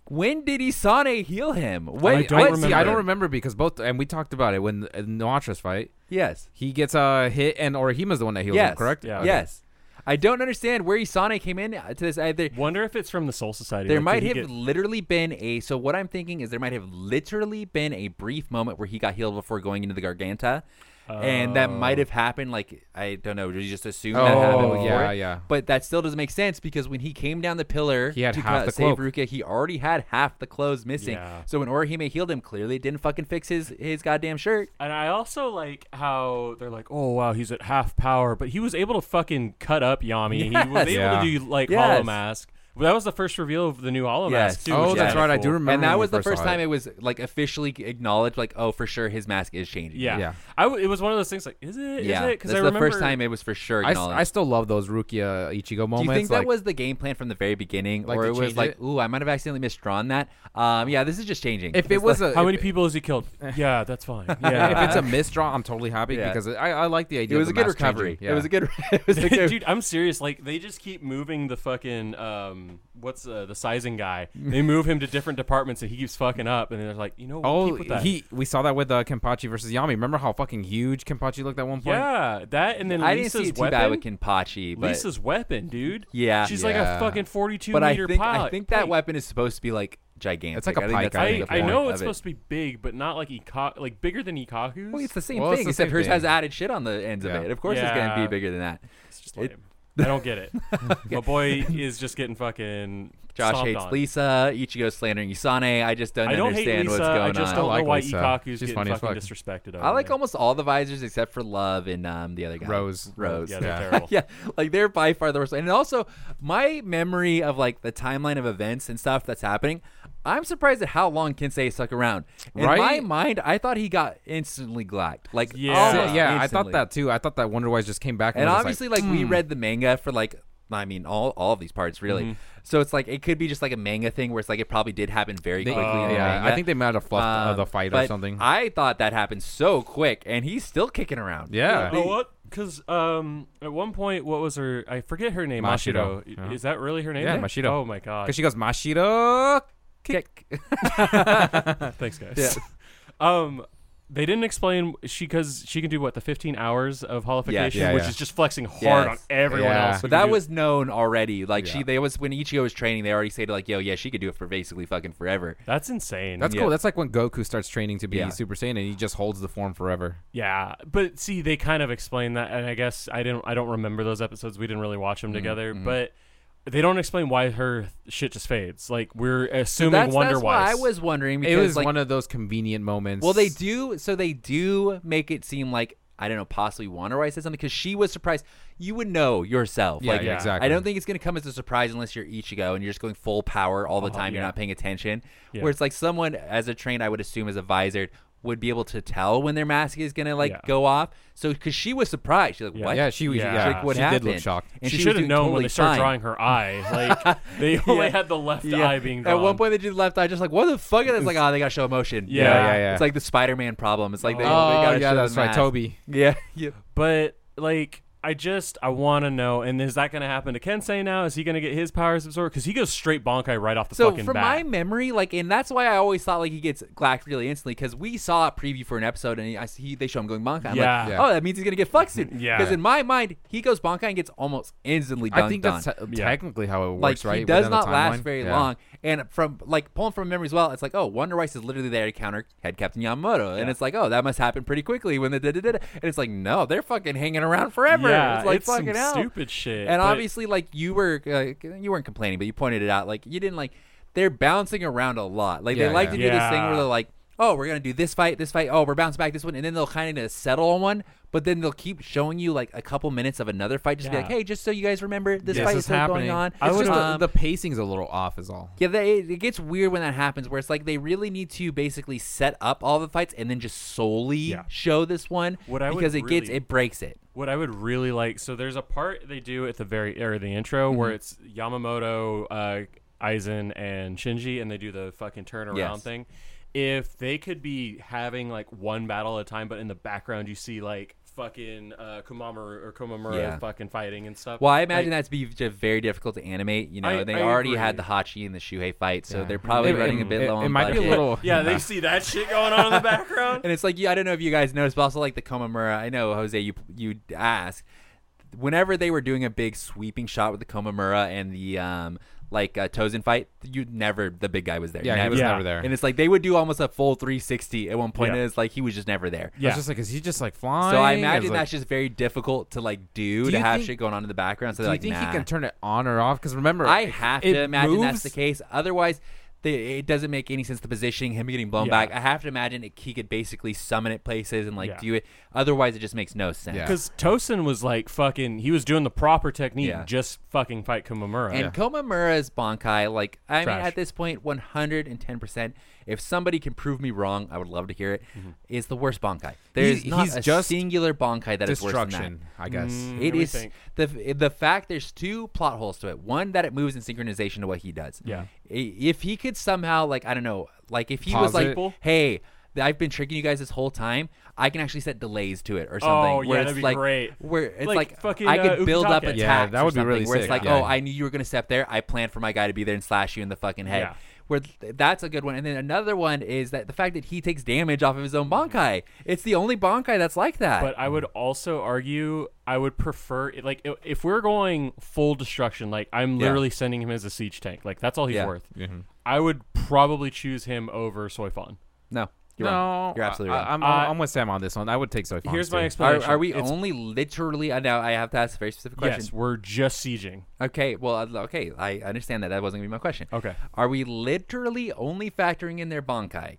Speaker 3: when did Isane heal him? When,
Speaker 4: I don't
Speaker 3: when-
Speaker 4: remember. I don't remember because both and we talked about it when in the Noatra's fight.
Speaker 3: Yes.
Speaker 4: He gets a hit, and Orihima's the one that heals
Speaker 3: Yes.
Speaker 4: him. Correct?
Speaker 2: Yeah.
Speaker 3: Yes. I don't understand where Isane came in to this. I, there,
Speaker 2: Wonder if it's from the Soul Society.
Speaker 3: There
Speaker 2: like,
Speaker 3: might have
Speaker 2: did he get-
Speaker 3: literally been a. So what I'm thinking is there might have literally been a brief moment where he got healed before going into the Garganta, and that might have happened. Like I don't know. Did you just assume that happened
Speaker 4: Oh,
Speaker 3: before?
Speaker 4: yeah,
Speaker 3: it?
Speaker 4: yeah.
Speaker 3: But that still doesn't make sense because when he came down the pillar,
Speaker 4: He had
Speaker 3: to
Speaker 4: half
Speaker 3: cut-
Speaker 4: the
Speaker 3: save
Speaker 4: cloak.
Speaker 3: Ruka. He already had half the clothes missing.
Speaker 2: Yeah.
Speaker 3: So when Orihime healed him, clearly it didn't fucking fix his his goddamn shirt.
Speaker 2: And I also like how they're like, oh wow, he's at half power, but he was able to fucking cut up Yami. He
Speaker 3: Yes.
Speaker 2: was able
Speaker 4: Yeah.
Speaker 2: to do like
Speaker 3: Yes.
Speaker 2: Hollow Mask. Well, that was the first reveal of the new Hollow
Speaker 3: Yes.
Speaker 2: Mask. Too,
Speaker 4: Oh,
Speaker 2: which is
Speaker 4: that's
Speaker 2: kinda
Speaker 4: right. I
Speaker 2: cool.
Speaker 4: do remember.
Speaker 3: and
Speaker 4: when
Speaker 3: that
Speaker 4: we
Speaker 3: was the
Speaker 4: first
Speaker 3: first
Speaker 4: saw
Speaker 3: time it. was like officially acknowledged, like, oh, for sure his mask is changing.
Speaker 2: Yeah.
Speaker 4: Yeah.
Speaker 2: I w- it was one of those things like, is it? Is
Speaker 3: yeah.
Speaker 2: it? Because
Speaker 3: That's
Speaker 2: I
Speaker 3: the
Speaker 2: remember
Speaker 3: first time it was for sure
Speaker 4: I, s-
Speaker 3: acknowledged.
Speaker 4: I still love those Rukia Ichigo moments.
Speaker 3: Do you think
Speaker 4: like,
Speaker 3: that was the game plan from the very beginning,
Speaker 4: Like
Speaker 3: or
Speaker 4: to
Speaker 3: it was
Speaker 4: change
Speaker 3: like,
Speaker 4: it?
Speaker 3: ooh, I might have accidentally misdrawn that? Um, yeah, this is just changing.
Speaker 4: if it
Speaker 3: It's (laughs)
Speaker 4: was
Speaker 3: like-
Speaker 4: a
Speaker 2: How
Speaker 4: if
Speaker 2: many
Speaker 4: it-
Speaker 2: people has he killed? yeah, that's fine.
Speaker 4: if
Speaker 3: (laughs)
Speaker 2: Yeah.
Speaker 4: it's a misdraw, I'm totally happy
Speaker 3: Yeah.
Speaker 4: because I, I like the idea.
Speaker 3: it was a
Speaker 4: of the
Speaker 3: good
Speaker 4: mask
Speaker 3: recovery.
Speaker 4: changing. Yeah.
Speaker 3: It was a good. (laughs) It was
Speaker 2: (laughs)
Speaker 3: a good.
Speaker 2: Dude, I'm serious. Like they just keep moving the fucking um, what's uh, the sizing guy? They move him to different departments, and he keeps fucking up. And they're like, you know,
Speaker 4: Oh,
Speaker 2: keep with that.
Speaker 4: he we saw that with uh, Kenpachi versus Yami. Remember how fucking huge Kenpachi looked at one point?
Speaker 2: yeah, that, and then
Speaker 3: I didn't
Speaker 2: Lisa's
Speaker 3: see it too
Speaker 2: weapon.
Speaker 3: bad with Kenpachi, but
Speaker 2: Lisa's weapon, dude.
Speaker 3: Yeah.
Speaker 2: she's like
Speaker 4: Yeah.
Speaker 2: a fucking forty-two
Speaker 3: but I
Speaker 2: meter
Speaker 3: think
Speaker 2: pilot.
Speaker 3: I think that
Speaker 2: Like,
Speaker 3: weapon is supposed to be like gigantic.
Speaker 4: It's like a
Speaker 3: I think
Speaker 4: pike,
Speaker 3: that's
Speaker 4: I
Speaker 3: the
Speaker 2: I,
Speaker 4: think,
Speaker 2: I
Speaker 3: point
Speaker 2: know
Speaker 3: of
Speaker 2: it's
Speaker 3: it.
Speaker 2: supposed to be big, but not like Iko- like bigger than Ikaku's.
Speaker 3: Well, it's the same
Speaker 4: Well, it's
Speaker 3: thing,
Speaker 4: the
Speaker 3: except
Speaker 4: same
Speaker 3: hers
Speaker 4: thing.
Speaker 3: has added shit on the ends
Speaker 4: Yeah.
Speaker 3: of it. Of course, it's going to
Speaker 2: Yeah.
Speaker 3: be bigger than that.
Speaker 2: It's just
Speaker 3: it-
Speaker 2: lame. I don't
Speaker 3: (laughs)
Speaker 2: get it. My boy is just getting fucking.
Speaker 3: Josh
Speaker 2: stomped
Speaker 3: hates
Speaker 2: on.
Speaker 3: Lisa. Ichigo slandering Isane. I just don't
Speaker 2: I don't hate
Speaker 3: understand
Speaker 2: Lisa.
Speaker 3: what's going
Speaker 2: I just
Speaker 3: on.
Speaker 2: don't
Speaker 4: I like
Speaker 2: know why
Speaker 4: Lisa.
Speaker 2: Ikaku's
Speaker 4: She's
Speaker 2: getting
Speaker 4: funny as
Speaker 2: fucking
Speaker 4: fuck.
Speaker 2: disrespected. Over
Speaker 3: I like
Speaker 2: there.
Speaker 3: almost all the visors except for Love and um, the other guy,
Speaker 4: Rose.
Speaker 3: Rose.
Speaker 2: Yeah, they're
Speaker 4: Yeah.
Speaker 2: terrible.
Speaker 3: (laughs) yeah, like they're by far the worst. And also, my memory of like the timeline of events and stuff that's happening, I'm surprised at how long Kinsei stuck around. In my
Speaker 4: Right?
Speaker 3: mind, I thought he got instantly glacked. Like,
Speaker 2: Yeah.
Speaker 3: almost
Speaker 4: So, yeah, I
Speaker 3: instantly.
Speaker 4: thought that too. I thought that Wonder Wise just came back.
Speaker 3: And
Speaker 4: was hmm. just
Speaker 3: obviously, like, we read the manga for like. I mean, all, all of these parts really. So it's like it could be just like a manga thing where it's like it probably did happen very
Speaker 4: They-
Speaker 3: quickly. in the
Speaker 4: yeah, I
Speaker 3: manga.
Speaker 4: think they might have fluffed uh,
Speaker 3: Um,
Speaker 4: the fight or
Speaker 3: but
Speaker 4: something.
Speaker 3: I thought that happened so quick, and he's still kicking around.
Speaker 4: yeah.
Speaker 2: Oh, what? Because um, at one point, what was her? I forget her name.
Speaker 4: Mashiro.
Speaker 2: Mashiro.
Speaker 4: Yeah.
Speaker 2: Is that really her name?
Speaker 4: Yeah, Mashiro.
Speaker 2: Oh my god.
Speaker 4: Because she goes Mashiro.
Speaker 3: Kick.
Speaker 2: Thanks, guys. (laughs) um, they didn't explain she because she can do what the 15 hours of holification,
Speaker 4: Yeah,
Speaker 2: which
Speaker 4: yeah.
Speaker 2: is just flexing hard on
Speaker 3: Yes.
Speaker 2: everyone
Speaker 4: Yeah.
Speaker 2: else. who
Speaker 3: But
Speaker 2: can
Speaker 3: that
Speaker 2: do-
Speaker 3: was known already. Like she,
Speaker 4: Yeah.
Speaker 3: they was when Ichigo was training, they already said like, "Yo, yeah, she could do it for basically fucking forever."
Speaker 2: that's insane.
Speaker 4: That's
Speaker 3: Yeah.
Speaker 4: cool. That's like when Goku starts training to be
Speaker 3: Yeah.
Speaker 4: Super Saiyan, and he just holds the form forever.
Speaker 2: Yeah, but see,
Speaker 3: Mm-hmm.
Speaker 2: they kind of explained that, and I guess I didn't. I don't remember those episodes. We didn't really watch them together, but they don't explain why her shit just fades. Like we're assuming
Speaker 3: that's,
Speaker 2: Wonder
Speaker 3: that's
Speaker 2: Wise.
Speaker 3: why I was wondering
Speaker 4: It
Speaker 3: because
Speaker 4: was
Speaker 3: like,
Speaker 4: one of those convenient moments.
Speaker 3: Well, they do. So they do make it seem like I don't know, possibly Wanda Rice said something because she was surprised. You would know yourself.
Speaker 4: Yeah,
Speaker 3: like,
Speaker 4: yeah, exactly.
Speaker 3: I don't think it's going to come as a surprise unless you're Ichigo and you're just going full power all
Speaker 4: Oh,
Speaker 3: the time. You're
Speaker 2: yeah.
Speaker 3: not paying attention.
Speaker 2: Yeah.
Speaker 3: Where it's like someone as a trained, I would assume as a visor would be able to tell when their mask is going to like
Speaker 2: Yeah.
Speaker 3: go off. So because she was surprised, she's like, "What?
Speaker 4: Yeah, she was.
Speaker 2: Yeah.
Speaker 4: Yeah,
Speaker 3: She's like, what
Speaker 4: she
Speaker 3: happened?"
Speaker 4: did look shocked.
Speaker 3: And
Speaker 2: she
Speaker 3: was
Speaker 2: should
Speaker 3: doing
Speaker 2: have known when
Speaker 3: totally
Speaker 2: they started
Speaker 3: fine.
Speaker 2: drawing her eye.
Speaker 3: (laughs)
Speaker 2: Like they only
Speaker 3: Yeah.
Speaker 2: had the left eye being drawn.
Speaker 3: At one point, they did left eye, just like, what the fuck? And it's like, oh, they got to show emotion.
Speaker 2: Yeah. Yeah,
Speaker 4: yeah, yeah.
Speaker 3: It's like the Spider Man problem. It's like, they, they
Speaker 4: Oh,
Speaker 3: got to
Speaker 4: yeah,
Speaker 3: show the
Speaker 4: that's right,
Speaker 3: mask.
Speaker 4: Toby.
Speaker 3: Yeah. yeah.
Speaker 2: but like I just I want to know. And is that going to happen to Kensei now? Is he going to get his powers absorbed? Because he goes straight Bonkai right off the
Speaker 3: So
Speaker 2: fucking
Speaker 3: from
Speaker 2: bat.
Speaker 3: my memory, like, and that's why I always thought like he gets glacked really instantly because we saw a preview for an episode and he, I, he they show him going bonkai. I'm
Speaker 2: Yeah.
Speaker 3: like,
Speaker 2: Yeah.
Speaker 3: oh, that means he's gonna get fucked soon.
Speaker 2: (laughs) Yeah.
Speaker 3: Because in my mind, he goes bonkai and gets almost instantly. Dunked
Speaker 4: I think that's
Speaker 3: on.
Speaker 4: te-
Speaker 2: Yeah.
Speaker 4: technically how it
Speaker 3: like
Speaker 4: works, right?
Speaker 3: he does
Speaker 4: Within the
Speaker 3: not last
Speaker 4: timeline.
Speaker 3: very
Speaker 4: Yeah.
Speaker 3: long. And from like pulling from memory as well, it's like, oh, Wonder Rice is literally there to counter head Captain Yamamoto, and it's like, oh, that must happen pretty quickly when the da da da. da. And it's like, no, they're fucking hanging around forever.
Speaker 2: Yeah,
Speaker 3: it's like
Speaker 2: it's some
Speaker 3: fucking hell.
Speaker 2: stupid shit,
Speaker 3: And
Speaker 2: but-
Speaker 3: obviously, like you were, uh, you weren't complaining, but you pointed it out. Like you didn't like they're bouncing around a lot. Like
Speaker 4: Yeah,
Speaker 3: they like
Speaker 4: yeah.
Speaker 3: to do this thing where
Speaker 2: Yeah.
Speaker 3: they're like. Oh, we're gonna do this fight, this fight. Oh, we're bouncing back this one, and then they'll kind of settle on one, but then they'll keep showing you like a couple minutes of another fight, just
Speaker 2: Yeah.
Speaker 3: be like, "Hey, just so you guys remember, this
Speaker 4: This
Speaker 3: fight
Speaker 4: is
Speaker 3: is still
Speaker 4: happening.
Speaker 3: going on."
Speaker 4: I
Speaker 3: It's
Speaker 4: would
Speaker 3: just,
Speaker 4: the,
Speaker 3: um,
Speaker 4: the pacing's a little off, is all.
Speaker 3: yeah, they, it gets weird when that happens, where it's like they really need to basically set up all the fights and then just solely
Speaker 2: Yeah.
Speaker 3: show this one
Speaker 2: What I would
Speaker 3: because it gets
Speaker 2: really-
Speaker 3: it breaks it.
Speaker 2: What I would really like, so there's a part they do at the very or the intro
Speaker 3: Mm-hmm.
Speaker 2: where it's Yamamoto, uh, Aizen, and Shinji, and they do the fucking turnaround
Speaker 3: Yes.
Speaker 2: thing. If they could be having like one battle at a time, but in the background you see like fucking uh, Kumamaru or Komamura
Speaker 3: Yeah.
Speaker 2: fucking fighting and stuff.
Speaker 3: Well, I imagine
Speaker 2: Like,
Speaker 3: that's be j- very difficult to animate. You know,
Speaker 2: I-
Speaker 3: they
Speaker 2: I
Speaker 3: already
Speaker 2: agree.
Speaker 3: had the Hachi and the Shuhei fight, so they're probably
Speaker 4: It- it-
Speaker 3: running a bit
Speaker 4: it-
Speaker 3: low on
Speaker 4: it might be a
Speaker 3: budget.
Speaker 4: little- that-
Speaker 2: yeah,
Speaker 3: (laughs)
Speaker 2: they see that shit going on in the background. (laughs)
Speaker 3: and it's like yeah, I don't know if you guys noticed, but also like the Komamura. I know Jose, you you asked. Whenever they were doing a big sweeping shot with the Komamura and the um like uh, Tozen fight, you never the big guy was there.
Speaker 4: Yeah, he
Speaker 3: never.
Speaker 4: was
Speaker 2: Yeah.
Speaker 4: never there.
Speaker 3: And it's like they would do almost a full 360 at one point.
Speaker 2: Yeah.
Speaker 3: And it's like he was just never there.
Speaker 4: It's just like, is he just like flying?
Speaker 3: So I
Speaker 4: Is,
Speaker 3: imagine
Speaker 4: like,
Speaker 3: that's just very difficult to like do,
Speaker 4: Do
Speaker 3: to
Speaker 4: you
Speaker 3: have
Speaker 4: think-
Speaker 3: shit going on in the background. So
Speaker 4: Do you
Speaker 3: they're like,
Speaker 4: think
Speaker 3: nah.
Speaker 4: he can turn it on or off? Because remember,
Speaker 3: I
Speaker 4: it-
Speaker 3: have
Speaker 4: it
Speaker 3: to imagine that's
Speaker 4: moves-
Speaker 3: the case. Otherwise, the, it doesn't make any sense. The positioning, him getting blown
Speaker 2: Yeah.
Speaker 3: back. I have to imagine it, he could basically summon it places and like
Speaker 2: Yeah.
Speaker 3: do it. Otherwise, it just makes no sense.
Speaker 4: Yeah.
Speaker 2: Because Tosin was like fucking, he was doing the proper technique,
Speaker 3: Yeah.
Speaker 2: just fucking fight Kumamura.
Speaker 3: And Komamura's Bonkai, like, I mean,
Speaker 2: Trash.
Speaker 3: at this point, 110%. If somebody can prove me wrong, I would love to hear it. Is the worst Bonkai. There's not
Speaker 4: Mm-hmm. he's
Speaker 3: a
Speaker 4: just
Speaker 3: singular Bonkai that Mm. is worse than that.
Speaker 4: Destruction, I guess.
Speaker 3: It
Speaker 2: Let me
Speaker 3: is
Speaker 2: think.
Speaker 3: the the fact there's two plot holes to it. One that it moves in synchronization to what he does.
Speaker 2: Yeah.
Speaker 3: I- If he could somehow like I don't know, like if he
Speaker 4: Pause
Speaker 3: was
Speaker 4: it.
Speaker 3: like, hey. th- I've been tricking you guys this whole time. I can actually set delays to it or something.
Speaker 2: Oh, yeah,
Speaker 3: where
Speaker 2: that'd
Speaker 3: it's
Speaker 2: be
Speaker 3: like,
Speaker 2: great.
Speaker 3: Where it's
Speaker 2: Like
Speaker 3: like,
Speaker 2: fucking,
Speaker 3: I
Speaker 2: uh,
Speaker 3: could build up
Speaker 2: Ukitake.
Speaker 3: attacks.
Speaker 2: Yeah,
Speaker 4: that would
Speaker 3: or
Speaker 4: be really
Speaker 3: something, Where it's
Speaker 4: sick,
Speaker 3: like,
Speaker 4: yeah.
Speaker 3: oh, I knew you were gonna step there. I planned for my guy to be there and slash you in the fucking head.
Speaker 2: Yeah.
Speaker 3: Where th- that's a good one. And then another one is that the fact that he takes damage off of his own Bonkai. It's the only Bonkai that's like that.
Speaker 2: But I would also argue I would prefer like i- if we're going full destruction, like I'm literally sending him as a siege tank, like that's all he's
Speaker 3: Yeah.
Speaker 2: worth. I would probably choose him over Soifon.
Speaker 3: no, you're
Speaker 4: No,
Speaker 3: wrong. You're absolutely
Speaker 4: I,
Speaker 3: wrong.
Speaker 4: I'm,
Speaker 2: Uh,
Speaker 4: I'm with Sam on this one. I would take Soifon.
Speaker 2: Here's
Speaker 4: too.
Speaker 2: my
Speaker 3: Are,
Speaker 2: explanation.
Speaker 3: are we
Speaker 2: It's-
Speaker 3: only literally? I know I have to ask a very specific question.
Speaker 2: Yes, we're just sieging.
Speaker 3: Okay. Well, I'd- okay. I understand that. That wasn't gonna be my question.
Speaker 2: Okay.
Speaker 3: Are we literally only factoring in their bankai?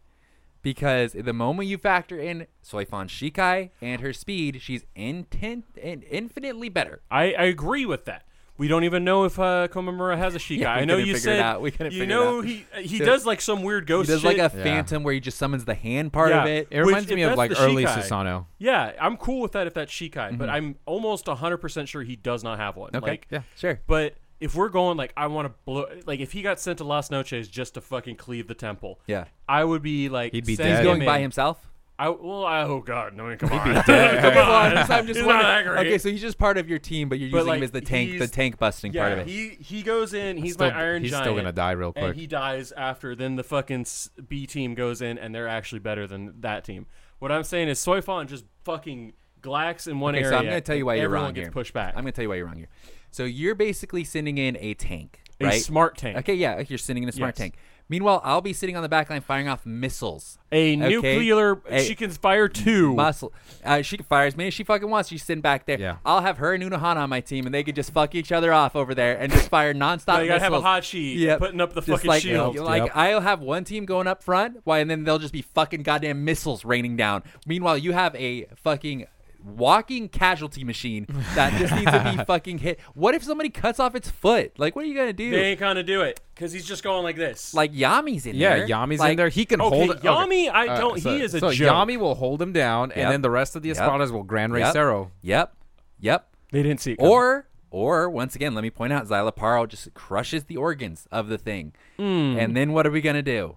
Speaker 3: Because the moment you factor in Soifan Shikai and her speed, she's intent and infinitely better.
Speaker 2: I, I agree with that. We don't even know if uh, Komamura has a Sheikah.
Speaker 3: Yeah, (laughs) we
Speaker 2: I know
Speaker 3: couldn't
Speaker 2: you
Speaker 3: figure it
Speaker 2: said
Speaker 3: out. We couldn't
Speaker 2: you
Speaker 3: figure it
Speaker 2: know
Speaker 3: out.
Speaker 2: he uh, he
Speaker 3: There-
Speaker 2: does like some weird
Speaker 3: He
Speaker 2: ghost.
Speaker 3: does
Speaker 2: Oh, shit.
Speaker 3: like a phantom where he just summons the hand part of it.
Speaker 4: It
Speaker 2: Which,
Speaker 4: reminds
Speaker 2: if
Speaker 4: me of,
Speaker 2: that's
Speaker 4: like,
Speaker 2: the
Speaker 4: early
Speaker 2: Shikai-
Speaker 4: Susanoo.
Speaker 2: Yeah, I'm cool with that if that's Shikai, but I'm almost 100% sure he does not have one.
Speaker 3: Mm-hmm. Okay,
Speaker 2: Like,
Speaker 3: yeah, sure.
Speaker 2: But if we're going, like, I want to blow, like, if he got sent to Las Noches just to fucking cleave the temple,
Speaker 3: Yeah.
Speaker 2: I would be like,
Speaker 4: He'd be
Speaker 2: send
Speaker 4: dead.
Speaker 3: He's
Speaker 2: him
Speaker 3: going by
Speaker 2: in.
Speaker 3: himself.
Speaker 2: I, well, I, oh god, no, I mean, come on, (laughs) come
Speaker 3: Well,
Speaker 2: on.
Speaker 3: (laughs) I'm
Speaker 4: (laughs)
Speaker 3: just- I'm just
Speaker 2: He's
Speaker 3: wondering-
Speaker 2: not that great.
Speaker 3: Okay, so he's just part of your team, but you're
Speaker 2: But,
Speaker 3: using
Speaker 2: like,
Speaker 3: him as the tank, the
Speaker 2: he's-
Speaker 3: tank busting
Speaker 2: yeah,
Speaker 3: part of it.
Speaker 2: he he goes in. He's my
Speaker 4: Still-
Speaker 2: iron
Speaker 4: he's
Speaker 2: giant.
Speaker 4: still gonna die real
Speaker 2: And
Speaker 4: quick.
Speaker 2: he dies after. Then the fucking s- B team goes in, and they're actually better than that team. What I'm saying is, Soifon just fucking glacks in one
Speaker 3: Okay,
Speaker 2: area.
Speaker 3: so I'm going to tell you why you're
Speaker 2: everyone
Speaker 3: wrong
Speaker 2: gets
Speaker 3: here.
Speaker 2: pushed back.
Speaker 3: I'm going to tell you why you're wrong here. So you're basically sending in a tank,
Speaker 2: A
Speaker 3: right?
Speaker 2: smart tank.
Speaker 3: Okay, yeah, you're sending in a smart
Speaker 2: Yes.
Speaker 3: tank. Meanwhile, I'll be sitting on the back line firing off missiles.
Speaker 2: A
Speaker 3: Okay?
Speaker 2: nuclear.
Speaker 3: A-
Speaker 2: she can fire
Speaker 3: (laughs)
Speaker 2: two.
Speaker 3: muscle. Uh, she can fire as many as she fucking wants. She's sitting back there.
Speaker 4: Yeah.
Speaker 3: I'll have her and Unohana on my team, and they could just fuck each other off over there and just fire nonstop.
Speaker 2: (laughs) No, you gotta have a
Speaker 3: missiles.
Speaker 2: hot sheet,
Speaker 3: Yep.
Speaker 2: putting up the
Speaker 3: Just
Speaker 2: fucking
Speaker 3: like,
Speaker 2: shield.
Speaker 3: you know, Like
Speaker 4: Yep.
Speaker 3: I'll have one team going up front, why, and then they'll just be fucking goddamn missiles raining down. Meanwhile, you have a fucking. Walking casualty machine that just needs to
Speaker 4: (laughs)
Speaker 3: be fucking hit. What if somebody cuts off its foot? Like, what are you gonna do?
Speaker 2: They ain't gonna do it because he's just going like this.
Speaker 3: like Yami's in
Speaker 4: Yeah,
Speaker 3: there.
Speaker 4: Yami's
Speaker 3: Like,
Speaker 4: in there. He can
Speaker 2: Okay,
Speaker 4: hold
Speaker 2: Yami, I don't- he
Speaker 4: so,
Speaker 2: is a
Speaker 4: so
Speaker 2: joke.
Speaker 4: Yami will hold him down,
Speaker 3: Yep.
Speaker 4: and then the rest of the
Speaker 3: Yep.
Speaker 4: Espadas will Gran
Speaker 3: Yep.
Speaker 4: Racero.
Speaker 3: Yep. Yep.
Speaker 2: they didn't see it. coming.
Speaker 3: Or, or once again, let me point out, Xyloparo just crushes the organs of the thing,
Speaker 2: Hmm.
Speaker 3: and then what are we gonna do?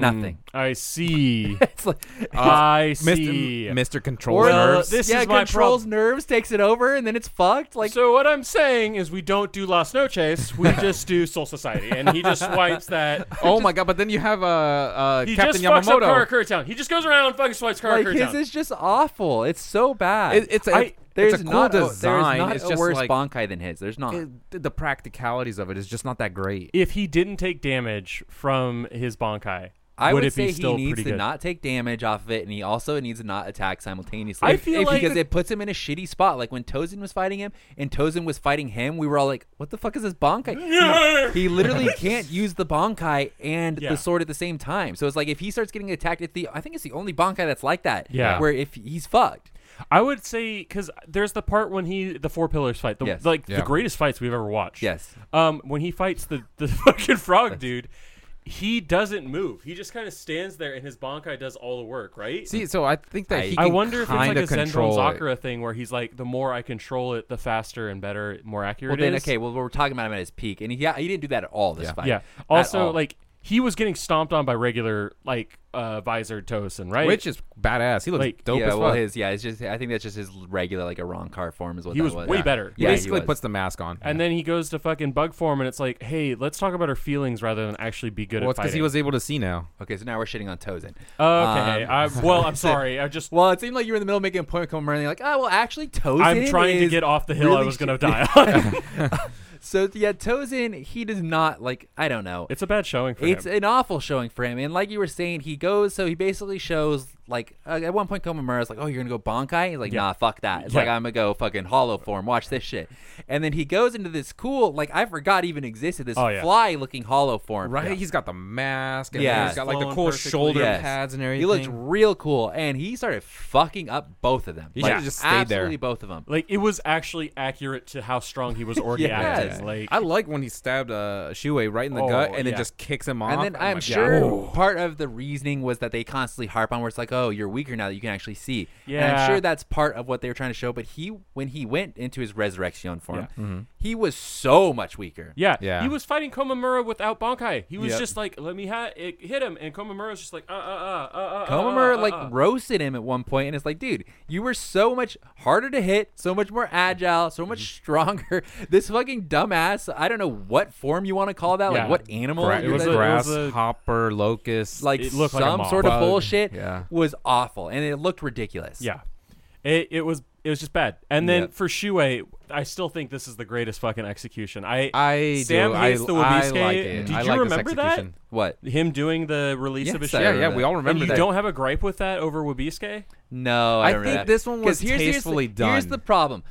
Speaker 3: Nothing. (laughs)
Speaker 2: I see.
Speaker 3: It's like,
Speaker 2: I see.
Speaker 4: Mr. Mr. Control
Speaker 3: or uh,
Speaker 2: Well,
Speaker 4: Nerves.
Speaker 2: this
Speaker 3: yeah,
Speaker 2: is my
Speaker 3: controls
Speaker 2: problem.
Speaker 3: nerves, takes it over, and then it's fucked. Like,
Speaker 2: so what I'm saying is we don't do Las Noches.
Speaker 3: (laughs)
Speaker 2: We just do Soul Society, and he just swipes that.
Speaker 4: oh my god! But then you have uh, uh,
Speaker 2: He
Speaker 4: Captain
Speaker 2: just fucks up
Speaker 4: Yamamoto.
Speaker 2: Karakura Town. He just goes around and fucking swipes Karakura
Speaker 3: like his
Speaker 2: Town.
Speaker 3: is just awful. It's so bad.
Speaker 4: It- it's a-
Speaker 3: I-
Speaker 4: it's a
Speaker 3: there's
Speaker 4: cool
Speaker 3: not
Speaker 4: design,
Speaker 3: there's not
Speaker 4: it's
Speaker 3: a
Speaker 4: just
Speaker 3: worse
Speaker 4: like-
Speaker 3: Bonkai than his. There's not.
Speaker 4: It- the practicalities of it is just not that great.
Speaker 2: if he didn't take damage from his Bonkai,
Speaker 3: I
Speaker 2: would,
Speaker 3: would,
Speaker 2: it
Speaker 3: say
Speaker 2: be still
Speaker 3: he needs
Speaker 2: pretty
Speaker 3: to
Speaker 2: good? (laughs)
Speaker 3: not take damage off of it, and he also needs to not attack simultaneously.
Speaker 2: I feel
Speaker 3: If-
Speaker 2: like
Speaker 3: because
Speaker 2: the-
Speaker 3: it puts him in a shitty spot. Like when Tozin was fighting him, and Tozin was fighting him, we were all like, "What the fuck is this Bonkai?"
Speaker 2: Yeah.
Speaker 3: He, he literally can't use the Bonkai and
Speaker 2: Yeah.
Speaker 3: the sword at the same time. So it's like if he starts getting attacked, it's the I think it's the only Bonkai that's like that.
Speaker 2: Yeah.
Speaker 3: where if he's fucked,
Speaker 2: I would say because there's the part when he the four pillars fight, the,
Speaker 3: Yes.
Speaker 2: like
Speaker 4: Yeah.
Speaker 2: the greatest fights we've ever watched.
Speaker 3: Yes.
Speaker 2: Um, when he fights the the (laughs) fucking frog dude, he doesn't move. He just kind of stands there, and his Bonkai does all the work, right?
Speaker 4: See, so I think that
Speaker 3: I-
Speaker 4: he
Speaker 2: I
Speaker 4: can
Speaker 2: wonder if it's like
Speaker 4: kinda
Speaker 2: a Zendron
Speaker 4: control it.
Speaker 2: Zakura thing where he's like, the more I control it, the faster and better, more accurate
Speaker 3: well then
Speaker 2: it is.
Speaker 3: okay, well we're talking about him at his peak, and he he didn't do that at all this fight.
Speaker 2: Yeah.
Speaker 3: At
Speaker 2: Also,
Speaker 3: all.
Speaker 2: like he was getting stomped on by regular like uh visor Tosin, right?
Speaker 4: which is badass. He looks
Speaker 2: Like-
Speaker 4: dope
Speaker 3: yeah,
Speaker 4: as
Speaker 3: well,
Speaker 4: fuck.
Speaker 3: his yeah, it's just I think that's just his regular like a wrong car form is what
Speaker 2: He
Speaker 3: that
Speaker 2: was way
Speaker 3: Yeah.
Speaker 2: better.
Speaker 4: he
Speaker 3: Yeah, he
Speaker 4: basically
Speaker 3: was.
Speaker 4: puts the mask on.
Speaker 2: and then he goes to fucking bug form, and it's like, hey, let's talk about her feelings rather than actually be good at
Speaker 4: well, it's
Speaker 2: fighting.
Speaker 4: because he was able to see now.
Speaker 3: Okay, so now we're shitting on Tozin.
Speaker 2: okay.
Speaker 3: Um,
Speaker 2: I, well,
Speaker 4: (laughs)
Speaker 2: I'm sorry. I just
Speaker 3: well, it seemed like you were in the middle of making a point of coming around. and You're like, oh, well, actually, Tozin.
Speaker 2: I'm trying to
Speaker 3: is
Speaker 2: get off the hill I
Speaker 3: really
Speaker 2: was
Speaker 3: shit."
Speaker 2: gonna die on.
Speaker 4: (laughs)
Speaker 3: So yeah, Tozin, he does not like. I don't know.
Speaker 2: it's a bad showing for
Speaker 3: It's
Speaker 2: him.
Speaker 3: an awful showing for him. And like you were saying, he goes, so he basically shows, like, uh, at one point, Komamura's like, oh, you're going to go Bonkai? He's like, nah, fuck that. It's like,
Speaker 2: Yeah.
Speaker 3: I'm going to go fucking hollow form. Watch this shit. And then he goes into this cool, like, I forgot even existed, this
Speaker 2: Oh, yeah.
Speaker 3: fly looking hollow form.
Speaker 4: Right? He's got the mask. And
Speaker 3: Yeah.
Speaker 4: He's got like the
Speaker 2: Flown
Speaker 4: cool
Speaker 2: perfectly.
Speaker 4: shoulder
Speaker 3: Yes.
Speaker 4: pads and everything.
Speaker 3: He looked real cool. And he started fucking up both of them.
Speaker 4: He
Speaker 3: like,
Speaker 4: should've just stayed there.
Speaker 3: absolutely both of them.
Speaker 2: like it was actually accurate to how strong
Speaker 4: (laughs)
Speaker 2: he was already acting. Like
Speaker 4: I like when he stabbed uh, Shuei right in the
Speaker 2: Oh,
Speaker 4: gut and
Speaker 2: yeah.
Speaker 4: then just kicks him off.
Speaker 3: And then
Speaker 4: Oh my
Speaker 3: I'm
Speaker 4: God.
Speaker 3: sure part of the reasoning was that they constantly harp on where it's like, oh, you're weaker now that you can actually see. And
Speaker 2: Yeah.
Speaker 3: I'm sure that's part of what they were trying to show. But he, when he went into his resurrection form,
Speaker 4: Mm-hmm.
Speaker 3: he was so much weaker.
Speaker 2: Yeah,
Speaker 4: Yeah.
Speaker 2: He was fighting Komamura without Bonkai. He was
Speaker 4: Yep.
Speaker 2: just like, "Let me ha- it hit him," and Komamura's just like, "Uh, uh, uh, uh, uh."
Speaker 3: Komamura
Speaker 2: uh, uh,
Speaker 3: like
Speaker 2: uh.
Speaker 3: roasted him at one point, and it's like, dude, you were so much harder to hit, so much more agile, so much
Speaker 2: Mm-hmm.
Speaker 3: stronger. (laughs) This fucking dumbass, I don't know what form you want to call that,
Speaker 2: Yeah.
Speaker 3: like what animal?
Speaker 4: Gra-
Speaker 3: you-
Speaker 4: it was
Speaker 3: that-
Speaker 2: a- it was a-
Speaker 4: grasshopper, locust.
Speaker 3: like
Speaker 2: it
Speaker 3: some
Speaker 2: looked like a mob.
Speaker 3: sort of
Speaker 4: Bug.
Speaker 3: bullshit
Speaker 4: Yeah.
Speaker 3: was awful, and it looked ridiculous.
Speaker 2: Yeah, it it was it was just bad. And then
Speaker 3: Yep.
Speaker 2: for Shuei, I still think this is the greatest fucking execution. I
Speaker 4: I
Speaker 2: Sam
Speaker 4: do.
Speaker 2: hates
Speaker 4: I,
Speaker 2: the
Speaker 4: I
Speaker 2: Wabisuke.
Speaker 4: like it.
Speaker 2: Did
Speaker 4: I
Speaker 2: you
Speaker 4: like this
Speaker 2: remember that?
Speaker 4: execution.
Speaker 3: What?
Speaker 2: Him doing the release of his
Speaker 3: Yes, I
Speaker 2: shit.
Speaker 4: Yeah, yeah, we all
Speaker 2: And
Speaker 4: remember
Speaker 2: you
Speaker 4: that.
Speaker 2: don't have a gripe with that over Wabisuke?
Speaker 3: No, I,
Speaker 4: I
Speaker 3: don't
Speaker 4: think
Speaker 3: remember.
Speaker 4: this one
Speaker 3: 'Cause Uh.
Speaker 4: was
Speaker 3: here's,
Speaker 4: tastefully
Speaker 3: here's, Here's
Speaker 4: done.
Speaker 3: the problem.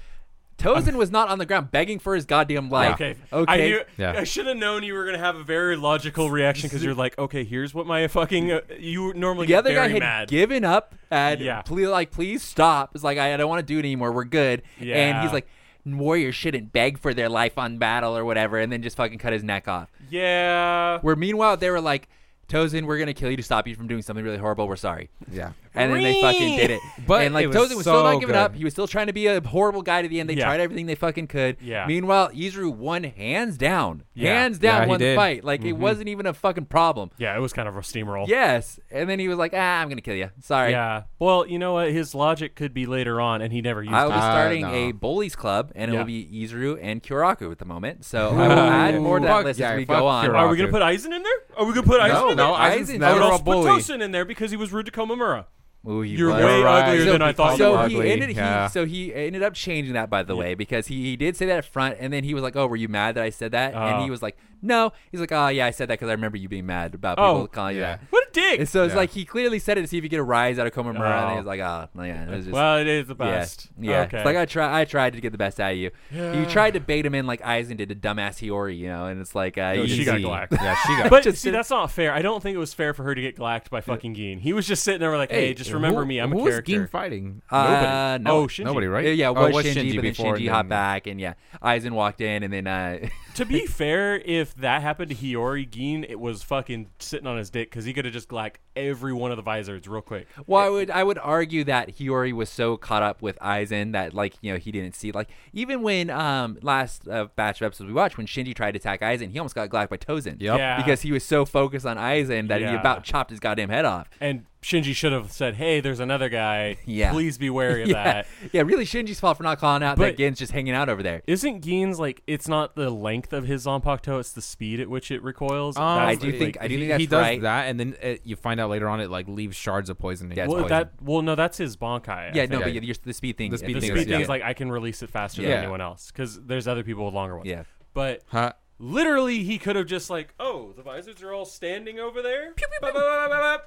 Speaker 3: Tozin was not on the ground begging for his goddamn life.
Speaker 2: Okay.
Speaker 3: Okay.
Speaker 2: I knew.
Speaker 4: Yeah.
Speaker 2: I should have known you were gonna have a very logical reaction because you're like, okay, here's what my fucking. Uh, you normally
Speaker 3: the
Speaker 2: get
Speaker 3: other guy
Speaker 2: very
Speaker 3: had
Speaker 2: mad.
Speaker 3: given up and
Speaker 2: Yeah.
Speaker 3: please, like, please stop. It's like I, I don't want to do it anymore. We're good. And
Speaker 2: Yeah.
Speaker 3: he's like, warriors shouldn't beg for their life on battle or whatever, and then just fucking cut his neck off.
Speaker 2: yeah.
Speaker 3: Where meanwhile they were like, Tozin, we're gonna kill you to stop you from doing something really horrible. We're sorry.
Speaker 4: Yeah.
Speaker 3: And then they fucking did it.
Speaker 4: But
Speaker 3: and like
Speaker 4: it was
Speaker 3: Tozin was still not
Speaker 4: so
Speaker 3: giving
Speaker 4: good.
Speaker 3: up. He was still trying to be a horrible guy to the end. They
Speaker 2: Yeah.
Speaker 3: tried everything they fucking could.
Speaker 2: Yeah.
Speaker 3: Meanwhile, Izuru won hands down.
Speaker 2: Yeah.
Speaker 3: Hands down
Speaker 4: Yeah, he
Speaker 3: won the
Speaker 4: did.
Speaker 3: fight. Like it wasn't even a fucking problem.
Speaker 2: Yeah, it was kind of a steamroll.
Speaker 3: Yes. And then he was like, ah, I'm gonna kill you. Sorry.
Speaker 2: Yeah. Well, you know what? His logic could be later on, and he never used
Speaker 3: I will
Speaker 2: it.
Speaker 3: be
Speaker 4: Uh,
Speaker 3: starting
Speaker 4: no.
Speaker 3: a bullies club, and it
Speaker 2: Yeah.
Speaker 3: will be Izuru and Kyoraku at the moment.
Speaker 4: (laughs)
Speaker 3: So I will add more to that
Speaker 4: Fuck
Speaker 3: list
Speaker 4: yeah,
Speaker 3: as we
Speaker 4: fuck
Speaker 3: go on.
Speaker 4: Kyoraku.
Speaker 2: Are we gonna put Eisen in there? Are we gonna put Eisen
Speaker 4: No,
Speaker 2: in there?
Speaker 4: no,
Speaker 3: Eisen's
Speaker 4: Eisen's
Speaker 3: never
Speaker 2: I would
Speaker 4: never a
Speaker 2: also put
Speaker 4: bully.
Speaker 2: Tosin in there because he was rude to Komamura.
Speaker 3: Ooh, he
Speaker 2: You're
Speaker 3: was.
Speaker 2: way
Speaker 4: right.
Speaker 2: uglier
Speaker 4: So
Speaker 2: than I
Speaker 4: he
Speaker 2: thought
Speaker 4: called
Speaker 2: you
Speaker 3: So
Speaker 2: were.
Speaker 4: him
Speaker 3: he
Speaker 4: ugly,
Speaker 3: ended.
Speaker 4: yeah.
Speaker 3: He, so he ended up changing that, by the way, because he, he did say that up front, and then he was like, "Oh, were you mad that I said that?" And
Speaker 2: Oh.
Speaker 3: he was like, "No." He's like, "Oh yeah, I said that because I remember you being mad about
Speaker 2: Oh,
Speaker 3: people calling you
Speaker 4: yeah.
Speaker 3: that."
Speaker 2: What a dick.
Speaker 3: And so it's
Speaker 4: Yeah.
Speaker 3: like he clearly said it to see if you get a rise out of Komamura, and
Speaker 2: Oh.
Speaker 3: he was like, "Oh, no, yeah, it was just."
Speaker 2: well, it is the
Speaker 3: yeah,
Speaker 2: best.
Speaker 3: Yeah, It's
Speaker 2: Okay.
Speaker 3: like I try, I tried to get the best out of you. You tried to bait him in like Aizen did to dumbass Hiyori, you know, and it's like uh, you
Speaker 2: Oh, she
Speaker 3: can
Speaker 2: got
Speaker 3: see-
Speaker 2: glacked.
Speaker 4: (laughs) Yeah, she got.
Speaker 2: But
Speaker 3: Just
Speaker 2: see,
Speaker 3: to-
Speaker 2: that's not fair. I don't think it was fair for her to get glacked by fucking Geen. He was just sitting there like, hey, just
Speaker 4: Who-
Speaker 2: remember me. I'm
Speaker 4: who
Speaker 2: a
Speaker 4: was Ging
Speaker 2: character.
Speaker 4: fighting?
Speaker 3: Uh,
Speaker 2: Nobody.
Speaker 3: no,
Speaker 2: Oh, Shinji.
Speaker 4: Nobody, right?
Speaker 3: Yeah, yeah, it
Speaker 4: Oh,
Speaker 3: was, Shinji, but then
Speaker 4: before,
Speaker 3: Shinji
Speaker 4: and
Speaker 3: hopped
Speaker 4: then-
Speaker 3: back, and yeah, Aizen walked in, and then uh, (laughs)
Speaker 2: to be fair, if that happened to Hiyori, Geen, it was fucking sitting on his dick because he could have just glacked every one of the visors real quick.
Speaker 3: Well, I would I would argue that Hiyori was so caught up with Aizen that like you know he didn't see like even when um last uh, batch of episodes we watched when Shinji tried to attack Aizen he almost got glacked by Tozen
Speaker 4: Yep.
Speaker 2: Yeah.
Speaker 3: because he was so focused on Aizen that he
Speaker 2: Yeah.
Speaker 3: about chopped his goddamn head off
Speaker 2: And Shinji should have said, hey, there's another guy.
Speaker 3: Yeah.
Speaker 2: Please be wary of
Speaker 3: (laughs) yeah
Speaker 2: that.
Speaker 3: yeah really Shinji's fault for not calling out that
Speaker 2: But-
Speaker 3: Gen's just hanging out over there
Speaker 2: Isn't Geen's like it's not the length of his Zanpakuto, it's the speed at which it recoils?
Speaker 4: Um,
Speaker 2: That's
Speaker 3: I do
Speaker 2: the-
Speaker 3: think-
Speaker 2: like,
Speaker 3: I do
Speaker 4: he,
Speaker 3: think that's
Speaker 4: he does
Speaker 3: right.
Speaker 4: that, and then it, you find out later on it like leaves shards of poison. in
Speaker 3: Yeah,
Speaker 4: his
Speaker 3: it's
Speaker 2: well,
Speaker 4: body.
Speaker 2: that well, no, that's his Bonkai. I
Speaker 3: yeah
Speaker 2: think.
Speaker 3: no
Speaker 4: Yeah.
Speaker 3: but you're, the speed thing
Speaker 4: The speed
Speaker 2: the
Speaker 4: thing
Speaker 2: speed
Speaker 4: yeah.
Speaker 2: thing is like I can release it faster
Speaker 4: Yeah.
Speaker 2: than anyone else because there's other people with longer ones.
Speaker 3: Yeah.
Speaker 2: but
Speaker 4: Huh?
Speaker 2: literally, he could have just like, oh, the visors are all standing over there. Ba- ba- ba- ba- ba-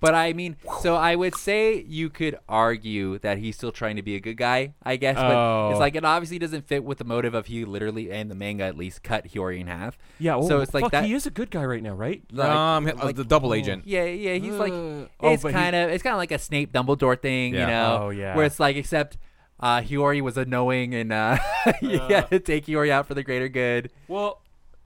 Speaker 3: but I mean so I would say you could argue that he's still trying to be a good guy I guess but
Speaker 2: Oh.
Speaker 3: it's like it obviously doesn't fit with the motive of he literally and the manga at least cut Hiyori in half
Speaker 2: Yeah, well,
Speaker 3: so it's like
Speaker 2: fuck,
Speaker 3: that
Speaker 2: he is a good guy right now, right?
Speaker 3: like-
Speaker 4: um, uh, the
Speaker 2: oh,
Speaker 4: double agent.
Speaker 3: Yeah, yeah, he's like
Speaker 2: Uh, oh,
Speaker 3: it's
Speaker 2: but he-
Speaker 3: kind of it's kind of like a Snape Dumbledore thing, you
Speaker 4: Yeah.
Speaker 3: know?
Speaker 2: Oh, yeah.
Speaker 3: Where it's like except uh, Hiyori was annoying and uh, (laughs) you had to take Hiyori out for the greater good.
Speaker 2: Well,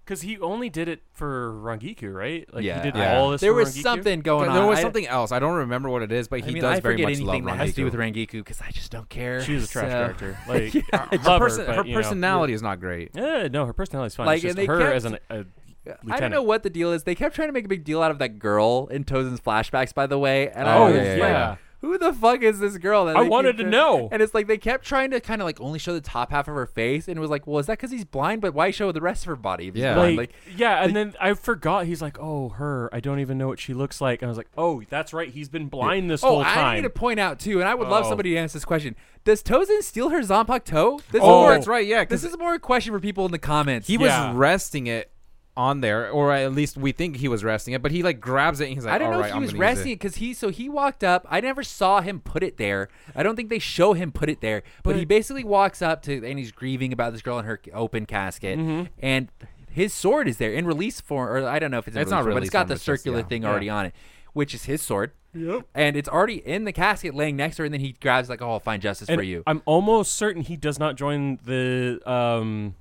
Speaker 2: because he only did it for Rangiku, right? Like
Speaker 3: Yeah.
Speaker 2: he did
Speaker 4: Yeah.
Speaker 2: all this.
Speaker 3: There
Speaker 2: for
Speaker 3: was
Speaker 2: Rangiku?
Speaker 3: something going
Speaker 4: But
Speaker 3: on.
Speaker 4: there was
Speaker 3: Oh, I-
Speaker 4: something else. I don't remember what it is, but
Speaker 3: I,
Speaker 4: he
Speaker 3: mean,
Speaker 4: does
Speaker 3: I
Speaker 4: very
Speaker 3: forget
Speaker 4: much love
Speaker 3: anything that
Speaker 4: Rangiku.
Speaker 3: has to do with Rangiku because I just don't care.
Speaker 2: She was a trash
Speaker 3: So- (laughs)
Speaker 2: character. Like
Speaker 3: Yeah.
Speaker 2: I
Speaker 4: Her,
Speaker 2: love
Speaker 4: person-
Speaker 2: her, but,
Speaker 4: her
Speaker 2: you know,
Speaker 4: personality is not great.
Speaker 2: Yeah, no, her personality's fine.
Speaker 3: Like,
Speaker 2: Like,
Speaker 3: and
Speaker 2: it's just
Speaker 3: they
Speaker 2: her
Speaker 3: kept-
Speaker 2: as an, a lieutenant.
Speaker 3: I don't know what the deal is. They kept trying to make a big deal out of that girl in Tozen's flashbacks, by the way. And I
Speaker 2: Oh,
Speaker 3: was
Speaker 2: yeah,
Speaker 3: like,
Speaker 2: yeah, yeah.
Speaker 3: who the fuck is this girl? That
Speaker 2: I
Speaker 3: they keep
Speaker 2: wanted to
Speaker 3: trying-
Speaker 2: know.
Speaker 3: And it's like they kept trying to kind of like only show the top half of her face, and it was like, well, is that because he's blind? But why show the rest of her body? If he's
Speaker 4: Yeah.
Speaker 3: blind?
Speaker 2: Like, yeah, and then I forgot. He's like, "Oh, her. I don't even know what she looks like." And I was like, "Oh, that's right. He's been blind this
Speaker 3: Oh,
Speaker 2: whole
Speaker 3: I
Speaker 2: time."
Speaker 3: need to point out too, and I would love
Speaker 2: Oh.
Speaker 3: somebody to answer this question. Does Tozen steal her Zanpakuto? This is
Speaker 2: Oh,
Speaker 3: more,
Speaker 2: that's
Speaker 4: right, yeah,
Speaker 3: this
Speaker 4: 'cause-
Speaker 3: is more a question for people in the comments.
Speaker 4: He was
Speaker 2: Yeah.
Speaker 4: resting it on there, or at least we think he was resting it. But he like grabs it and he's like,
Speaker 3: I don't
Speaker 4: "All
Speaker 3: know
Speaker 4: right,
Speaker 3: if he
Speaker 4: I'm
Speaker 3: was
Speaker 4: gonna use
Speaker 3: resting because he so he walked up. I never saw him put it there. I don't think they show him put it there. But, he basically walks up to and he's grieving about this girl in her open casket,
Speaker 4: Mm-hmm.
Speaker 3: and his sword is there in release form, or I don't know if it's in
Speaker 4: It's
Speaker 3: release
Speaker 4: not
Speaker 3: form, but
Speaker 4: release
Speaker 3: it's got
Speaker 4: form,
Speaker 3: the
Speaker 4: it's just-
Speaker 3: circular
Speaker 4: yeah.
Speaker 3: thing already on it, which is his sword. Yep. And it's already in the casket, laying next to her, and then he grabs like, "Oh, I'll find justice
Speaker 2: And
Speaker 3: for you."
Speaker 2: I'm almost certain he does not join the um,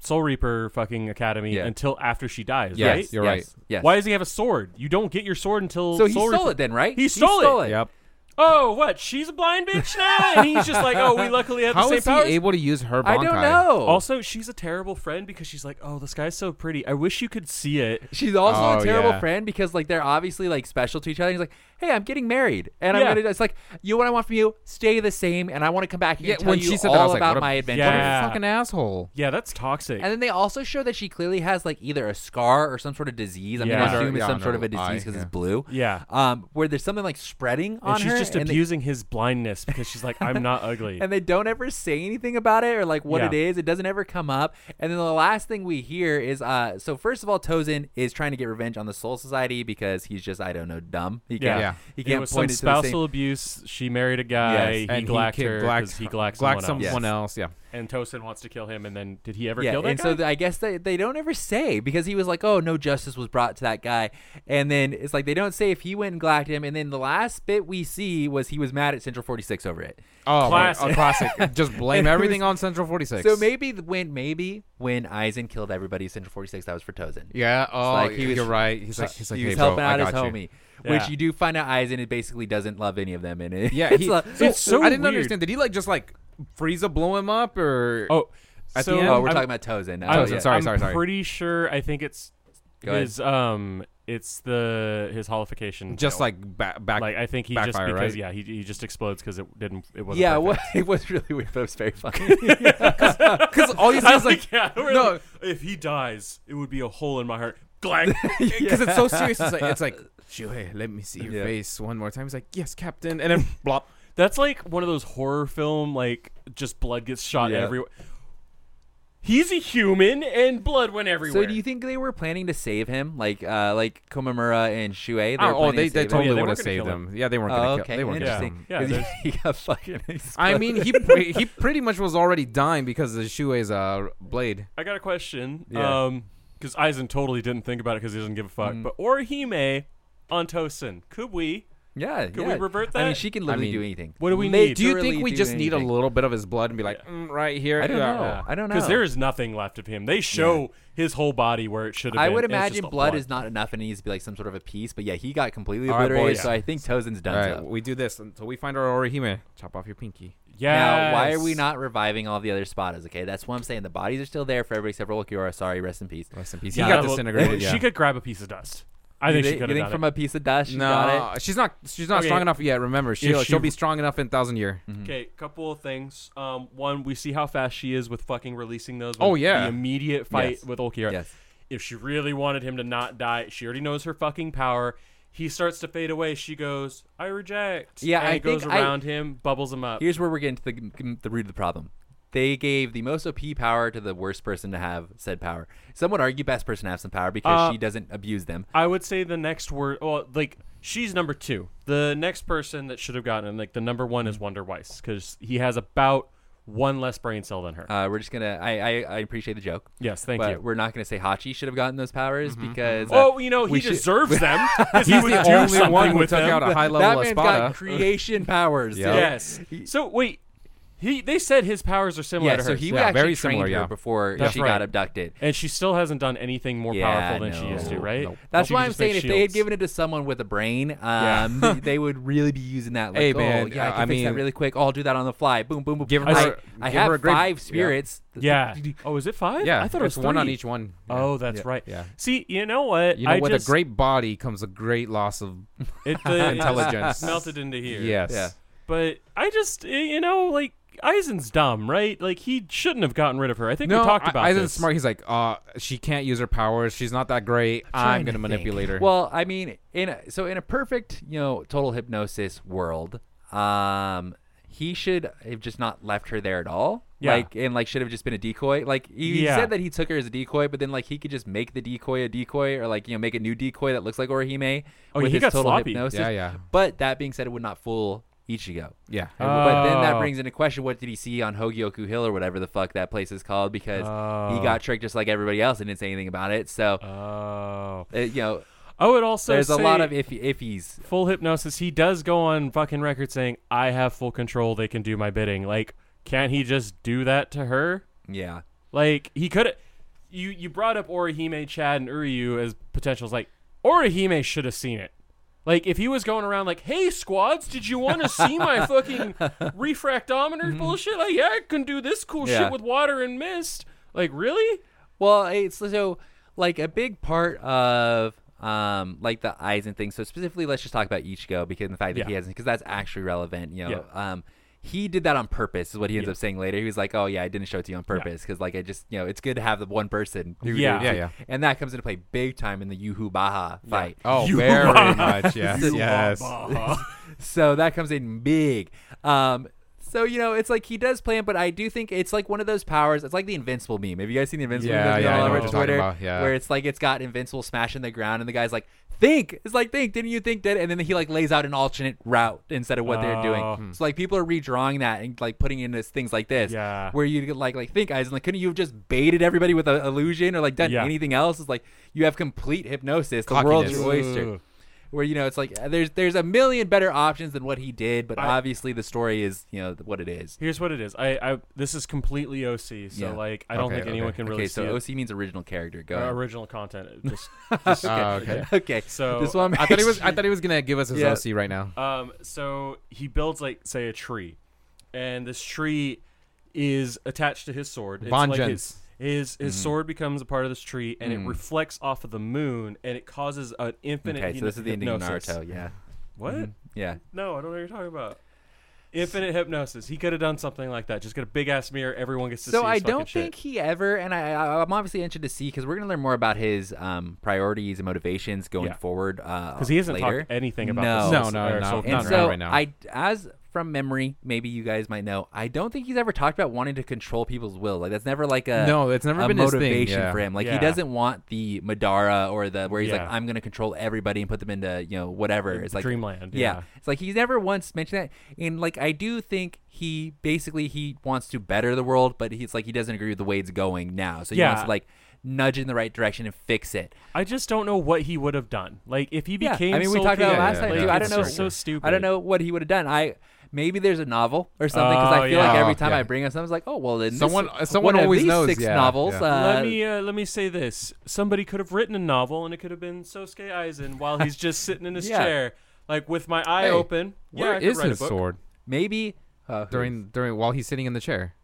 Speaker 2: Soul Reaper fucking academy
Speaker 3: Yeah.
Speaker 2: until after she dies,
Speaker 4: Yes,
Speaker 2: right?
Speaker 4: you're
Speaker 3: yes,
Speaker 4: right.
Speaker 3: Yes.
Speaker 2: Why does he have a sword? You don't get your sword until
Speaker 3: So he
Speaker 2: Soul
Speaker 3: stole
Speaker 2: Reaper-
Speaker 3: it then, right?
Speaker 2: He stole, it.
Speaker 4: it." Yep.
Speaker 2: Oh, what? She's a blind bitch now, and he's just like, "Oh, we luckily have
Speaker 4: How
Speaker 2: the
Speaker 4: is he
Speaker 2: same powers."
Speaker 4: able to use her? Bonkai?
Speaker 3: I don't know.
Speaker 2: also, she's a terrible friend because she's like, "Oh, this guy's so pretty. I wish you could see it."
Speaker 3: she's also a
Speaker 4: Oh,
Speaker 3: terrible
Speaker 4: yeah.
Speaker 3: friend because like they're obviously like special to each other. He's like, "Hey, I'm getting married, and I'm
Speaker 2: Yeah.
Speaker 3: gonna." It's like, "You, know what I want from you? Stay the same, and I want to come back here
Speaker 4: Yeah,
Speaker 3: and tell
Speaker 4: when
Speaker 3: you
Speaker 4: she said
Speaker 3: all
Speaker 4: that, I was like,
Speaker 3: about
Speaker 4: what a-
Speaker 3: my adventure."
Speaker 2: Yeah.
Speaker 4: Fucking asshole.
Speaker 2: Yeah, that's toxic.
Speaker 3: And then they also show that she clearly has like either a scar or some sort of disease. I'm
Speaker 2: Yeah.
Speaker 3: gonna
Speaker 2: Under-
Speaker 3: assume it's
Speaker 4: yeah,
Speaker 3: some sort of a
Speaker 4: under eye,
Speaker 3: disease because
Speaker 4: yeah.
Speaker 3: it's blue.
Speaker 2: Yeah.
Speaker 3: Um, where there's something like spreading on
Speaker 2: and she's
Speaker 3: her,
Speaker 2: just
Speaker 3: and they-
Speaker 2: abusing his blindness because she's like, I'm not
Speaker 3: (laughs)
Speaker 2: ugly.
Speaker 3: and they don't ever say anything about it or like what
Speaker 2: Yeah.
Speaker 3: it is. It doesn't ever come up. And then the last thing we hear is uh so first of all, Tozen is trying to get revenge on the Soul Society because he's just I don't know dumb. He can't
Speaker 2: Yeah.
Speaker 3: he
Speaker 2: it
Speaker 3: can't
Speaker 2: was
Speaker 3: point
Speaker 2: some
Speaker 3: it to the same-
Speaker 2: spousal abuse. She married a guy.
Speaker 3: Yes,
Speaker 2: He
Speaker 4: and
Speaker 2: glacked
Speaker 4: he
Speaker 2: her
Speaker 4: glacked,
Speaker 2: because he glacked,
Speaker 4: glacked
Speaker 2: someone,
Speaker 3: Yes.
Speaker 2: else.
Speaker 4: else. Yeah.
Speaker 2: And Tosin wants to kill him. And then did he ever
Speaker 3: yeah,
Speaker 2: kill that
Speaker 3: and
Speaker 2: guy?
Speaker 3: so th- I guess they, they don't ever say because he was like, "Oh, no justice was brought to that guy," and then it's like they don't say if he went and glacked him. And then the last bit we see was he was mad at Central Forty Six over it.
Speaker 4: Oh, my-
Speaker 2: Classic.
Speaker 3: (laughs)
Speaker 4: oh, classic. Just blame
Speaker 3: It was-
Speaker 4: everything on Central 46.
Speaker 3: So maybe th- when maybe when Aizen killed everybody, at Central Forty Six, that was for Tozen.
Speaker 4: Yeah. Oh,
Speaker 3: like he was-
Speaker 4: you're right. He's like, he's like,
Speaker 3: he
Speaker 4: hey,
Speaker 3: was
Speaker 4: bro,
Speaker 3: helping
Speaker 4: I
Speaker 3: out his
Speaker 4: got you.
Speaker 3: homie, which
Speaker 2: Yeah.
Speaker 3: you do find out Aizen it basically doesn't love any of them in it.
Speaker 4: Yeah.
Speaker 3: (laughs) it's
Speaker 4: He,
Speaker 3: like,
Speaker 2: it's so
Speaker 4: I didn't
Speaker 2: weird.
Speaker 4: understand. Did he like just like Frieza blow him up or?
Speaker 2: oh,
Speaker 4: At
Speaker 2: so
Speaker 4: the end?
Speaker 3: oh, we're
Speaker 2: I'm,
Speaker 3: talking about Tozen.
Speaker 2: I'm,
Speaker 3: Oh, yeah.
Speaker 4: Tozen, sorry,
Speaker 2: I'm
Speaker 4: sorry, sorry.
Speaker 2: pretty sure. I think it's
Speaker 3: Go ahead.
Speaker 2: his. Um, it's the his holification.
Speaker 4: just
Speaker 2: pill.
Speaker 4: like ba- back.
Speaker 2: like I think he just
Speaker 4: backfire,
Speaker 2: because
Speaker 4: right?
Speaker 2: yeah he, he just explodes because it didn't it wasn't
Speaker 3: Yeah, it was, (laughs)
Speaker 2: perfect.
Speaker 3: it was really weird, but it was (laughs) very funny.
Speaker 4: because
Speaker 2: (laughs)
Speaker 4: all you see
Speaker 2: I was
Speaker 4: is like,
Speaker 2: like, yeah, we're
Speaker 4: no.
Speaker 2: like, if he dies, it would be a hole in my heart. Glank.
Speaker 3: (laughs)
Speaker 2: (laughs)
Speaker 4: because it's so serious. It's like, it's like Shuhei, let me see your
Speaker 3: Yeah.
Speaker 4: face one more time. He's like, yes, Captain. And then (laughs) blop.
Speaker 2: That's like one of those horror film, like just blood gets shot
Speaker 3: Yeah.
Speaker 2: everywhere. He's a human, and blood went everywhere.
Speaker 3: So do you think they were planning to save him, like uh, like Komamura and Shuei? were
Speaker 4: Oh, oh,
Speaker 3: planning
Speaker 4: they,
Speaker 3: to
Speaker 4: they
Speaker 3: save
Speaker 4: totally
Speaker 2: Yeah, they
Speaker 4: would
Speaker 2: weren't gonna
Speaker 4: have saved
Speaker 2: kill him.
Speaker 4: him. Yeah, they weren't
Speaker 3: Oh,
Speaker 4: gonna
Speaker 3: okay,
Speaker 4: kill. They weren't gonna kill
Speaker 3: interesting.
Speaker 4: him.
Speaker 2: Yeah,
Speaker 3: (laughs) 'Cause
Speaker 2: there's-
Speaker 3: he got fucking. (laughs)
Speaker 4: I
Speaker 3: exploded.
Speaker 4: mean, he pre- he pretty much was already dying because of Shuei's uh, blade.
Speaker 2: I got a question.
Speaker 3: Yeah. Mm.
Speaker 2: Um, because Aizen totally didn't think about it because he doesn't give a fuck. But Orihime on Tosin, could we?
Speaker 3: yeah. Could
Speaker 2: we revert
Speaker 3: I mean,
Speaker 2: that?
Speaker 3: she can literally
Speaker 4: mean,
Speaker 3: do anything.
Speaker 2: what do we
Speaker 3: Literally
Speaker 2: need?
Speaker 4: Do you think we
Speaker 3: do
Speaker 4: just need a
Speaker 3: anything.
Speaker 4: little bit of his blood and be like, mm, right here?
Speaker 3: I don't
Speaker 4: yeah.
Speaker 3: know. I don't know.
Speaker 2: Because there is nothing left of him. They show his whole body where it should have
Speaker 3: I
Speaker 2: been.
Speaker 3: would
Speaker 2: and it's just
Speaker 3: imagine
Speaker 2: all
Speaker 3: blood, is not enough, and it needs to be like some sort of a piece. But yeah, he got completely
Speaker 4: All right,
Speaker 3: obliterated,
Speaker 4: boys.
Speaker 3: so I think Tozin's done.
Speaker 4: All right, we do this until we find our Orihime. Chop off your pinky.
Speaker 2: Yes.
Speaker 3: Now, why are we not reviving all the other spotters? Okay, that's what I'm saying. The bodies are still there for everybody except for Okiura. Sorry, rest in peace.
Speaker 4: Rest in peace.
Speaker 2: Yeah,
Speaker 4: he got
Speaker 2: well,
Speaker 4: disintegrated. yeah.
Speaker 2: She could grab a piece of dust. I
Speaker 3: you
Speaker 2: think
Speaker 3: thi-
Speaker 2: she could
Speaker 3: you
Speaker 2: have
Speaker 3: think
Speaker 2: done
Speaker 3: from
Speaker 2: it.
Speaker 3: a piece of dust? she
Speaker 4: no,
Speaker 3: got it?
Speaker 4: she's not. She's not
Speaker 2: Okay.
Speaker 4: strong enough yet. Remember, she'll,
Speaker 2: she- Mm-hmm.
Speaker 4: she'll be strong enough in thousand year.
Speaker 2: Okay, couple of things. Um, one, we see how fast she is with fucking releasing those.
Speaker 4: Oh,
Speaker 2: with
Speaker 4: yeah.
Speaker 2: the immediate fight
Speaker 3: Yes.
Speaker 2: with Olkira.
Speaker 3: Yes.
Speaker 2: If she really wanted him to not die, she already knows her fucking power. He starts to fade away. She goes, "I reject."
Speaker 3: Yeah,
Speaker 2: and
Speaker 3: I
Speaker 2: he goes
Speaker 3: think I-
Speaker 2: around him, bubbles him up.
Speaker 3: Here's where we're getting to the, the root of the problem. They gave the most OP power to the worst person to have said power. Some would argue best person to have some power because
Speaker 2: Uh,
Speaker 3: she doesn't abuse them.
Speaker 2: I would say the next word. Well, like she's number two. The next person that should have gotten, like the number one, is Wonder Weiss because he has about one less brain cell than her.
Speaker 3: Uh, we're just gonna. I, I I appreciate the joke.
Speaker 2: Yes, thank
Speaker 3: but
Speaker 2: you.
Speaker 3: We're not gonna say Hachi should have gotten those powers because. uh,
Speaker 2: oh, you know he
Speaker 4: we should-
Speaker 2: deserves
Speaker 4: (laughs)
Speaker 2: them. 'cause he
Speaker 4: He's
Speaker 2: would
Speaker 4: the
Speaker 2: do
Speaker 4: only
Speaker 2: something
Speaker 4: one who
Speaker 2: with
Speaker 4: took
Speaker 2: them.
Speaker 4: out a high
Speaker 3: that
Speaker 4: level
Speaker 3: man's
Speaker 4: Espada.
Speaker 3: got creation powers.
Speaker 4: Yeah.
Speaker 3: dude.
Speaker 2: (laughs) Yes. So wait, he they said his powers are similar
Speaker 3: Yeah,
Speaker 2: to
Speaker 3: so
Speaker 2: hers,
Speaker 3: he
Speaker 4: Yeah,
Speaker 3: actually
Speaker 4: very
Speaker 3: trained
Speaker 4: similar,
Speaker 3: her
Speaker 4: yeah.
Speaker 3: before
Speaker 2: That's
Speaker 3: she
Speaker 2: right.
Speaker 3: got abducted.
Speaker 2: and she still hasn't done anything more
Speaker 3: Yeah,
Speaker 2: powerful than she
Speaker 3: no,
Speaker 2: used to, right?
Speaker 4: no.
Speaker 3: That's
Speaker 2: She
Speaker 3: why
Speaker 2: could
Speaker 3: I'm
Speaker 2: just make
Speaker 3: saying if they had
Speaker 2: shields.
Speaker 3: given it to someone with a
Speaker 4: (laughs)
Speaker 3: brain, um, they, they would really be using that. Like,
Speaker 4: Hey,
Speaker 3: oh,
Speaker 4: man,
Speaker 3: yeah, I
Speaker 4: uh,
Speaker 3: can
Speaker 4: I
Speaker 3: fix that
Speaker 4: mean-
Speaker 3: really quick. Oh, I'll do that on the fly. Boom, boom, boom.
Speaker 4: Give her
Speaker 3: I,
Speaker 4: a-
Speaker 3: I
Speaker 4: give
Speaker 3: have
Speaker 4: her a great-
Speaker 3: five
Speaker 4: yeah.
Speaker 3: spirits.
Speaker 4: (laughs)
Speaker 2: yeah. Oh, is it five?
Speaker 4: Yeah,
Speaker 2: I thought it was
Speaker 4: it's one on
Speaker 2: three.
Speaker 4: each one.
Speaker 2: Oh, that's right.
Speaker 4: yeah.
Speaker 2: See, you know what?
Speaker 4: You know,
Speaker 2: I
Speaker 4: with
Speaker 2: just,
Speaker 4: a great body comes a great
Speaker 2: (laughs)
Speaker 4: loss of
Speaker 2: it, the, it
Speaker 4: (laughs)
Speaker 2: just
Speaker 4: intelligence.
Speaker 2: melted into here.
Speaker 4: yes.
Speaker 3: Yeah.
Speaker 2: But I just, eh, you know, like Eisen's dumb, right? Like he shouldn't have gotten rid of her. I think
Speaker 4: No,
Speaker 2: we talked
Speaker 4: I-
Speaker 2: about
Speaker 4: Aizen's
Speaker 2: this.
Speaker 4: smart. He's like, uh, she can't use her powers. She's not that great. I'm, gonna manipulate her.
Speaker 3: Well, I mean, in a, so in a perfect, you know, total hypnosis world, um, he should have just not left her there at all.
Speaker 2: Yeah.
Speaker 3: Like and like should have just been a decoy. Like he
Speaker 2: Yeah.
Speaker 3: said that he took her as a decoy, but then like he could just make the decoy a decoy, or like you know make a new decoy that looks like Orihime
Speaker 2: Oh, yeah,
Speaker 3: with
Speaker 2: he
Speaker 3: his
Speaker 2: got
Speaker 3: total
Speaker 2: sloppy.
Speaker 3: hypnosis.
Speaker 4: Yeah, yeah.
Speaker 3: But that being said, it would not fool Ichigo.
Speaker 4: yeah.
Speaker 3: And- But then that
Speaker 2: Oh.
Speaker 3: brings into question what did he see on Hogyoku Hill or whatever the fuck that place is called because he got tricked just like everybody else and didn't say anything about it. So
Speaker 2: Oh,
Speaker 3: uh, you know
Speaker 2: I would also
Speaker 3: there's a lot
Speaker 2: say-
Speaker 3: of iffy iffies.
Speaker 2: full hypnosis, he does go on fucking record saying, I have full control, they can do my bidding. Like, can't he just do that to her?
Speaker 3: Yeah.
Speaker 2: Like, he could you you brought up Orihime, Chad, and Uryu as potentials. Like, Orihime should have seen it. Like, if he was going around like, hey squads, did you want to see my fucking refractometer bullshit? Like, yeah, I can do this cool
Speaker 3: Yeah.
Speaker 2: shit with water and mist. Like, really?
Speaker 3: Well, it's so like a big part of um like the eyes and things. So specifically, let's just talk about Ichigo because the fact that he
Speaker 2: Yeah.
Speaker 3: hasn't because that's actually relevant. You know, um. He did that on purpose, is what he ends up saying later. He was like, "Oh yeah, I didn't show it to you on purpose because like I just, you know, it's good to have the one person." who-
Speaker 2: Yeah.
Speaker 4: Yeah, yeah.
Speaker 3: And that comes into play big time in the Yuhu Baha fight.
Speaker 2: (laughs)
Speaker 4: Oh, very much. Yes. yes.
Speaker 3: So that comes in big. Um, so you know, it's like he does play it, but I do think it's like one of those powers. It's like the Invincible meme. Have you guys seen the Invincible meme?
Speaker 4: Yeah,
Speaker 3: that's been
Speaker 4: yeah,
Speaker 3: all
Speaker 4: I know
Speaker 3: over
Speaker 4: what you're talking
Speaker 3: Twitter,
Speaker 4: about, yeah.
Speaker 3: where it's like it's got Invincible smashing the ground, and the guy's like, "Think." It's like, "Think." Didn't you think that? And then he like lays out an alternate route instead of what they're
Speaker 2: Oh.
Speaker 3: doing. So like people are redrawing that and like putting in this things like this,
Speaker 2: Yeah.
Speaker 3: where you could, like like think eyes and like couldn't you have just baited everybody with an illusion or like done
Speaker 2: Yeah.
Speaker 3: anything else? It's like you have complete hypnosis. The world's your
Speaker 4: Cockiness.
Speaker 3: oyster where you know it's like uh, there's there's a million better options than what he did, but obviously the story is you know what it is.
Speaker 2: (laughs) Here's what it is. I, I this is completely OC, so
Speaker 3: Yeah.
Speaker 2: like I don't
Speaker 4: Okay,
Speaker 2: think anyone
Speaker 4: okay.
Speaker 2: can really
Speaker 3: Okay,
Speaker 2: see
Speaker 3: so
Speaker 2: it.
Speaker 3: OC means original character. Go.
Speaker 2: Uh,
Speaker 3: ahead.
Speaker 2: original content. It Just,
Speaker 4: Oh, okay.
Speaker 3: (laughs) okay,
Speaker 2: So,
Speaker 3: this one (laughs)
Speaker 4: I thought he
Speaker 2: (laughs)
Speaker 4: was. I thought he was gonna give us his
Speaker 3: Yeah.
Speaker 4: OC right now.
Speaker 2: um, so he builds like say a tree, and this tree is attached to his sword. It's like his
Speaker 4: Vengeance.
Speaker 2: his,
Speaker 3: Mm-hmm.
Speaker 2: his sword becomes a part of this tree, and it reflects off of the moon, and it causes an infinite.
Speaker 3: okay, so this is the ending of Mm-hmm.
Speaker 2: hypnosis.
Speaker 3: Naruto. Yeah,
Speaker 2: What?
Speaker 3: yeah.
Speaker 2: No, I don't know what you're talking about. Infinite hypnosis. He could have done something like that. Just get a big ass mirror. Everyone gets to see.
Speaker 3: So
Speaker 2: his
Speaker 3: I
Speaker 2: fucking
Speaker 3: don't
Speaker 2: shit.
Speaker 3: think he ever, and I, I, I'm obviously interested to see because we're gonna learn more about his um, priorities and motivations going
Speaker 2: Yeah.
Speaker 3: forward. uh, Because
Speaker 2: he hasn't talked anything about
Speaker 3: no.
Speaker 2: this.
Speaker 4: No, no,
Speaker 2: Or
Speaker 4: no,
Speaker 2: so-
Speaker 4: not
Speaker 3: And
Speaker 4: Not
Speaker 3: so
Speaker 4: right now.
Speaker 3: I, as from memory, maybe you guys might know, I don't think he's ever talked about wanting to control people's will. Like that's never like a
Speaker 4: No, it's never
Speaker 3: a
Speaker 4: been his thing,
Speaker 3: motivation
Speaker 4: yeah.
Speaker 3: for him. Like he
Speaker 2: Yeah.
Speaker 3: doesn't want the Madara or the where he's like
Speaker 2: Yeah.
Speaker 3: I'm gonna control everybody and put them into you know whatever. It's like
Speaker 2: Dreamland, yeah.
Speaker 3: it's like he's never once mentioned that. And like I do think he basically he wants to better the world, but he's like he doesn't agree with the way it's going now. So he wants
Speaker 2: Yeah.
Speaker 3: to like nudge in the right direction and fix it.
Speaker 2: I just don't know what he would have done. Like if he
Speaker 3: Yeah,
Speaker 2: became.
Speaker 3: I mean, we
Speaker 2: Soul
Speaker 3: talked about it
Speaker 2: King,
Speaker 3: last
Speaker 4: yeah,
Speaker 3: time
Speaker 2: like,
Speaker 3: too. I
Speaker 2: it's
Speaker 3: don't know.
Speaker 2: just So stupid.
Speaker 3: I don't know what he would have done. I maybe there's a novel or something because I
Speaker 2: Oh,
Speaker 3: feel like
Speaker 4: yeah.
Speaker 3: every time
Speaker 4: Yeah.
Speaker 3: I bring up something, it's like, oh well, in this-
Speaker 4: Someone- someone
Speaker 3: one of
Speaker 4: always
Speaker 3: these
Speaker 4: knows,
Speaker 3: six
Speaker 4: yeah,
Speaker 3: novels.
Speaker 4: yeah.
Speaker 3: Uh,
Speaker 2: Let me uh, let me say this. Somebody could have written a novel, and it could have been Sosuke Eisen while
Speaker 3: (laughs)
Speaker 2: he's just sitting in his
Speaker 3: Yeah.
Speaker 2: chair, like with my eye
Speaker 4: Hey,
Speaker 2: open. yeah,
Speaker 4: Where
Speaker 2: I
Speaker 4: is
Speaker 2: could write a
Speaker 4: his
Speaker 2: book.
Speaker 4: sword
Speaker 3: maybe uh, who-
Speaker 4: during during while he's sitting in the chair?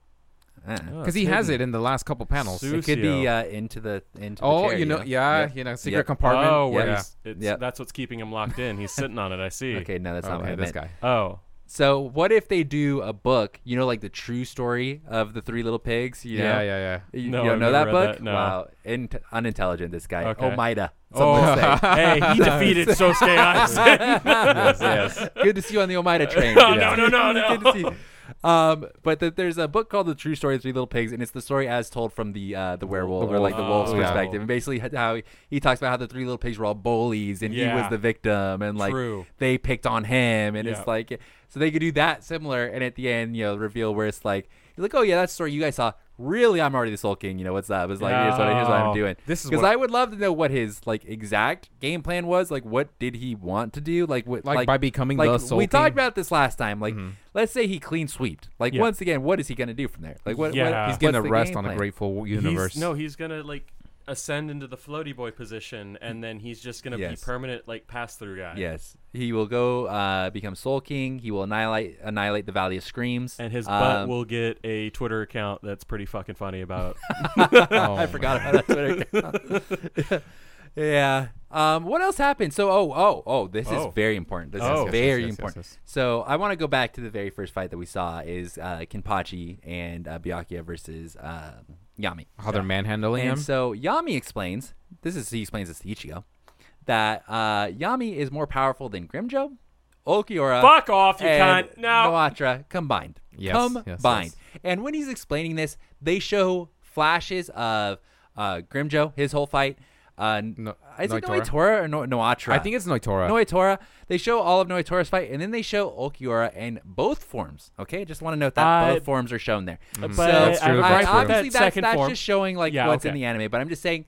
Speaker 3: uh,
Speaker 4: Because he has it in the last couple panels.
Speaker 2: Su-
Speaker 3: it could be
Speaker 2: Lucio.
Speaker 3: uh, into the into the
Speaker 4: oh,
Speaker 3: chair,
Speaker 4: you know, yeah,
Speaker 3: Yep.
Speaker 4: you know, secret
Speaker 3: Yep.
Speaker 4: compartment.
Speaker 2: Oh, where
Speaker 3: Yeah.
Speaker 2: he's, it's,
Speaker 3: Yeah.
Speaker 2: that's what's keeping him locked in. He's sitting on it. I see.
Speaker 3: Okay, no, that's not what
Speaker 4: okay,
Speaker 3: I
Speaker 4: this
Speaker 3: meant.
Speaker 4: guy.
Speaker 2: Oh,
Speaker 3: So, what if they do a book? You know, like the true story of the Three Little Pigs. You
Speaker 4: Yeah,
Speaker 3: know?
Speaker 4: yeah, yeah.
Speaker 3: You,
Speaker 2: No,
Speaker 3: you don't
Speaker 2: I've
Speaker 3: know that
Speaker 2: never read
Speaker 3: book?
Speaker 2: that, no.
Speaker 3: Wow, In- unintelligent this guy.
Speaker 2: Okay.
Speaker 3: Oh, Maida.
Speaker 2: Oh. hey,
Speaker 3: (laughs)
Speaker 2: he defeated Sosuke Eisen.
Speaker 3: yes. Good to see you on the Omaida
Speaker 2: (laughs)
Speaker 3: train.
Speaker 2: Oh, No, no, no, no, no.
Speaker 3: Good to see you. Um, but that there's a book called The True Story of Three Little Pigs, and it's the story as told from the uh, the werewolf or like the wolf's
Speaker 2: Oh.
Speaker 3: perspective, and basically h- how he, he talks about how the three little pigs were all bullies, and he was
Speaker 2: Yeah.
Speaker 3: the victim, and like
Speaker 2: True.
Speaker 3: they picked on him, and
Speaker 2: Yeah.
Speaker 3: it's like so they could do that similar, and at the end, you know, reveal where it's like you're like, oh yeah, that story you guys saw. Really, I'm already the Soul King. You know what's up? It's like here's what, here's what
Speaker 2: No.
Speaker 3: I'm doing.
Speaker 4: This is
Speaker 3: because
Speaker 4: what-
Speaker 3: I would love to know what his like exact game plan was. Like, what did he want to do? Like, what
Speaker 4: Like, by becoming
Speaker 3: like,
Speaker 4: the Soul
Speaker 3: We
Speaker 4: King?
Speaker 3: talked about this last time. Like, let's say he clean sweeped. Like
Speaker 2: Mm-hmm. Yeah.
Speaker 3: once again, what is he gonna do from there? Like what? what-
Speaker 2: Yeah.
Speaker 4: He's getting
Speaker 3: what's
Speaker 4: a
Speaker 3: the
Speaker 4: rest
Speaker 3: game
Speaker 4: on a
Speaker 3: plan?
Speaker 4: grateful
Speaker 2: He's-
Speaker 4: universe.
Speaker 2: no, he's gonna like ascend into the floaty boy position, and then he's just gonna
Speaker 3: Yes.
Speaker 2: be permanent like pass through guy.
Speaker 3: Yes, he will go uh, become Soul King. He will annihilate annihilate the Valley of Screams.
Speaker 2: And his butt
Speaker 3: Um,
Speaker 2: will get a Twitter account that's pretty fucking funny about.
Speaker 4: Oh,
Speaker 3: (laughs) I forgot about that
Speaker 2: (laughs)
Speaker 3: Twitter. account. yeah. Um, what else happened? So, oh, oh, oh, this
Speaker 2: Oh.
Speaker 3: is very important. This
Speaker 2: Oh.
Speaker 3: is
Speaker 2: Yes,
Speaker 3: very
Speaker 4: yes, yes,
Speaker 3: important.
Speaker 4: yes, yes.
Speaker 3: So, I want to go back to the very first fight that we saw is uh, Kenpachi and uh, Byakuya versus uh, Yami.
Speaker 4: how they're manhandling him.
Speaker 3: And so Yami explains, this is he explains this to Ichigo, that uh, Yami is more powerful than Grimjo, Okiura,
Speaker 2: Fuck off, you
Speaker 3: and
Speaker 2: cunt. No.
Speaker 3: Noatra combined.
Speaker 4: Yes,
Speaker 3: combined.
Speaker 4: yes, yes.
Speaker 3: And when he's explaining this, they show flashes of uh, Grimjo, his whole fight. Uh,
Speaker 4: No-
Speaker 3: is it
Speaker 4: Noitora?
Speaker 3: Noitora or no- Noatra?
Speaker 4: I think it's Noitora.
Speaker 3: Noitora. They show all of Noitora's fight, and then they show Okiura in both forms. Okay, just want to note that
Speaker 2: Uh,
Speaker 3: both forms are shown there.
Speaker 2: But
Speaker 3: So
Speaker 4: Mm-hmm. That's true,
Speaker 2: I,
Speaker 4: that's
Speaker 3: I-
Speaker 4: true.
Speaker 3: obviously,
Speaker 2: that
Speaker 3: that's,
Speaker 2: second
Speaker 3: that's
Speaker 2: form.
Speaker 3: just showing like
Speaker 2: Yeah,
Speaker 3: what's in
Speaker 2: okay.
Speaker 3: the anime. But I'm just saying,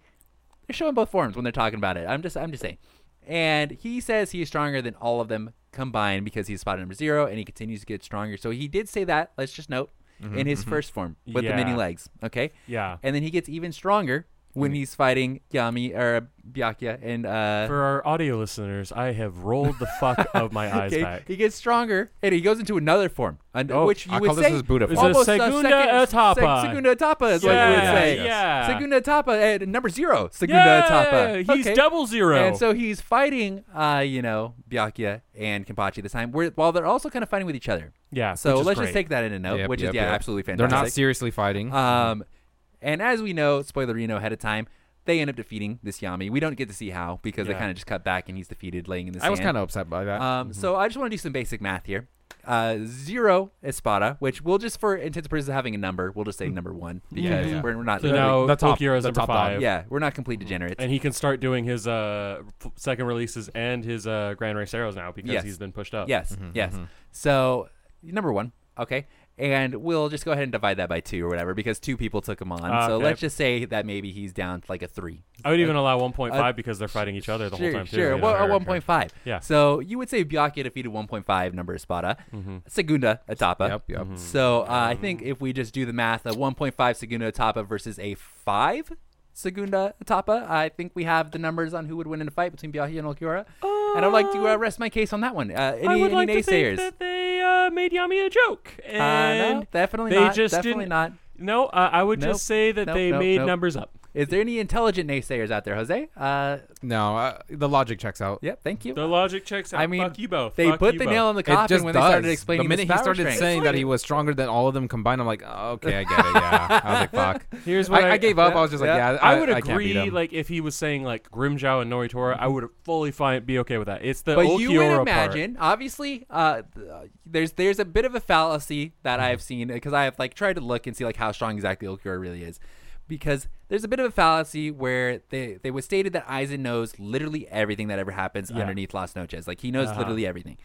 Speaker 3: they're showing both forms when they're talking about it. I'm just, I'm just saying. And he says he is stronger than all of them combined because he's spotted number zero, and he continues to get stronger. So he did say that. Let's just note
Speaker 4: Mm-hmm,
Speaker 3: in his first form with the mini
Speaker 2: Yeah.
Speaker 3: legs. Okay.
Speaker 2: Yeah.
Speaker 3: And then he gets even stronger when he's fighting Yami or Byakuya and uh,
Speaker 2: For our audio listeners, I have rolled the fuck of
Speaker 3: (laughs)
Speaker 2: my eyes
Speaker 3: Okay,
Speaker 2: back.
Speaker 3: He gets stronger and he goes into another form, and
Speaker 2: Oh,
Speaker 3: which you
Speaker 4: I
Speaker 3: would
Speaker 4: call this
Speaker 3: say
Speaker 4: his Buddha
Speaker 2: It's a
Speaker 4: form.
Speaker 3: almost uh,
Speaker 2: segunda
Speaker 3: second,
Speaker 2: etapa.
Speaker 3: sec- segunda etapa is what we
Speaker 2: Yeah,
Speaker 3: would say.
Speaker 2: yeah.
Speaker 3: Segunda etapa at number zero. Segunda
Speaker 2: Yeah,
Speaker 3: etapa.
Speaker 2: he's
Speaker 3: uh, Okay.
Speaker 2: double zero.
Speaker 3: And so he's fighting, uh, you know, Byakuya and Kenpachi this time, where, while they're also kind of fighting with each other.
Speaker 2: Yeah,
Speaker 3: So
Speaker 2: which is
Speaker 3: let's
Speaker 2: great.
Speaker 3: just take that into note,
Speaker 4: Yep,
Speaker 3: which
Speaker 4: yep,
Speaker 3: is yeah,
Speaker 4: yep.
Speaker 3: absolutely
Speaker 4: They're
Speaker 3: fantastic.
Speaker 4: not seriously fighting.
Speaker 3: Um, and as we know, spoilerino ahead of time, they end up defeating this Yami. We don't get to see how because they
Speaker 2: Yeah.
Speaker 3: kind of just cut back and he's defeated, laying in the
Speaker 4: I
Speaker 3: sand.
Speaker 4: was kind of upset by that.
Speaker 3: Um,
Speaker 2: Mm-hmm.
Speaker 3: So I just want to do some basic math here. Uh, zero Espada, which we'll just for intents and purposes having a number, we'll just say number one because
Speaker 4: yeah, yeah.
Speaker 3: We're, we're not.
Speaker 2: Mm-hmm. So
Speaker 3: really-
Speaker 2: now
Speaker 4: the top-
Speaker 2: Tokyo is
Speaker 4: the
Speaker 2: number
Speaker 4: top dog.
Speaker 2: five.
Speaker 3: yeah, we're not complete degenerates.
Speaker 2: And he can start doing his uh, f- second releases and his uh, Grand Race Arrows now because
Speaker 3: Yes.
Speaker 2: he's been pushed up.
Speaker 3: yes, yes.
Speaker 2: Mm-hmm,
Speaker 3: So number one, okay, and we'll just go ahead and divide that by two or whatever because two people took him on.
Speaker 2: Ah,
Speaker 3: so
Speaker 2: okay.
Speaker 3: let's just say that maybe he's down to like a three.
Speaker 2: I would even allow 1.5
Speaker 3: uh,
Speaker 2: because they're fighting each other the
Speaker 3: sure,
Speaker 2: whole time too.
Speaker 3: sure.
Speaker 2: you
Speaker 3: Well,
Speaker 2: know?
Speaker 3: or 1.5.
Speaker 2: Yeah.
Speaker 3: So you would say Byakuya defeated 1.5 number Espada,
Speaker 2: Mm-hmm.
Speaker 3: Segunda Etapa.
Speaker 4: Yep, yep. Mhm.
Speaker 3: So uh, I think if we just do the math, a 1.5 Segunda Etapa versus a 5 Segunda Etapa, I think we have the numbers on who would win in a fight between Byakuya and Okiura. and I'd like to uh, rest my case on that one. Uh, any
Speaker 2: I would
Speaker 3: any
Speaker 2: like to
Speaker 3: naysayers?
Speaker 2: think that they uh, made Yami a joke.
Speaker 3: uh,
Speaker 2: And
Speaker 3: no, definitely
Speaker 2: they
Speaker 3: not.
Speaker 2: just
Speaker 3: definitely
Speaker 2: didn't-
Speaker 3: not.
Speaker 2: No, uh, I would
Speaker 3: Nope.
Speaker 2: just say that
Speaker 3: Nope,
Speaker 2: they
Speaker 3: nope,
Speaker 2: made
Speaker 3: nope.
Speaker 2: numbers up.
Speaker 3: Is there any intelligent naysayers out there, Jose? Uh,
Speaker 4: No, uh, the logic checks out.
Speaker 3: yeah, thank you.
Speaker 2: The logic checks out.
Speaker 3: I mean,
Speaker 2: fuck you both.
Speaker 3: they
Speaker 2: Fuck
Speaker 3: put
Speaker 2: you
Speaker 3: the
Speaker 2: both.
Speaker 3: nail in the
Speaker 4: It
Speaker 3: coffin
Speaker 4: just
Speaker 3: when they
Speaker 4: does.
Speaker 3: started explaining
Speaker 4: the minute
Speaker 3: his
Speaker 4: he
Speaker 3: power
Speaker 4: started
Speaker 3: strength.
Speaker 4: saying that he was stronger than all of them combined, I'm like, oh, okay, I get it. Yeah, I was like, fuck.
Speaker 2: Here's what
Speaker 4: I,
Speaker 2: I-
Speaker 4: I gave up. I was just like,
Speaker 3: yeah.
Speaker 4: yeah,
Speaker 2: I would
Speaker 4: can't beat
Speaker 2: agree.
Speaker 4: him.
Speaker 2: like if he was saying like Grimjow and Noritora, I would fully fine be okay with that. It's the
Speaker 3: but
Speaker 2: Okiora
Speaker 3: you would
Speaker 2: part.
Speaker 3: imagine obviously uh, th- uh, there's there's a bit of a fallacy that
Speaker 2: Mm-hmm.
Speaker 3: i've seen because i have like tried to look and see like how strong exactly Okiura really is because there's a bit of a fallacy where they they was stated that Aizen knows literally everything that ever happens underneath Las Noches. Like he knows
Speaker 2: Uh-huh.
Speaker 3: literally everything.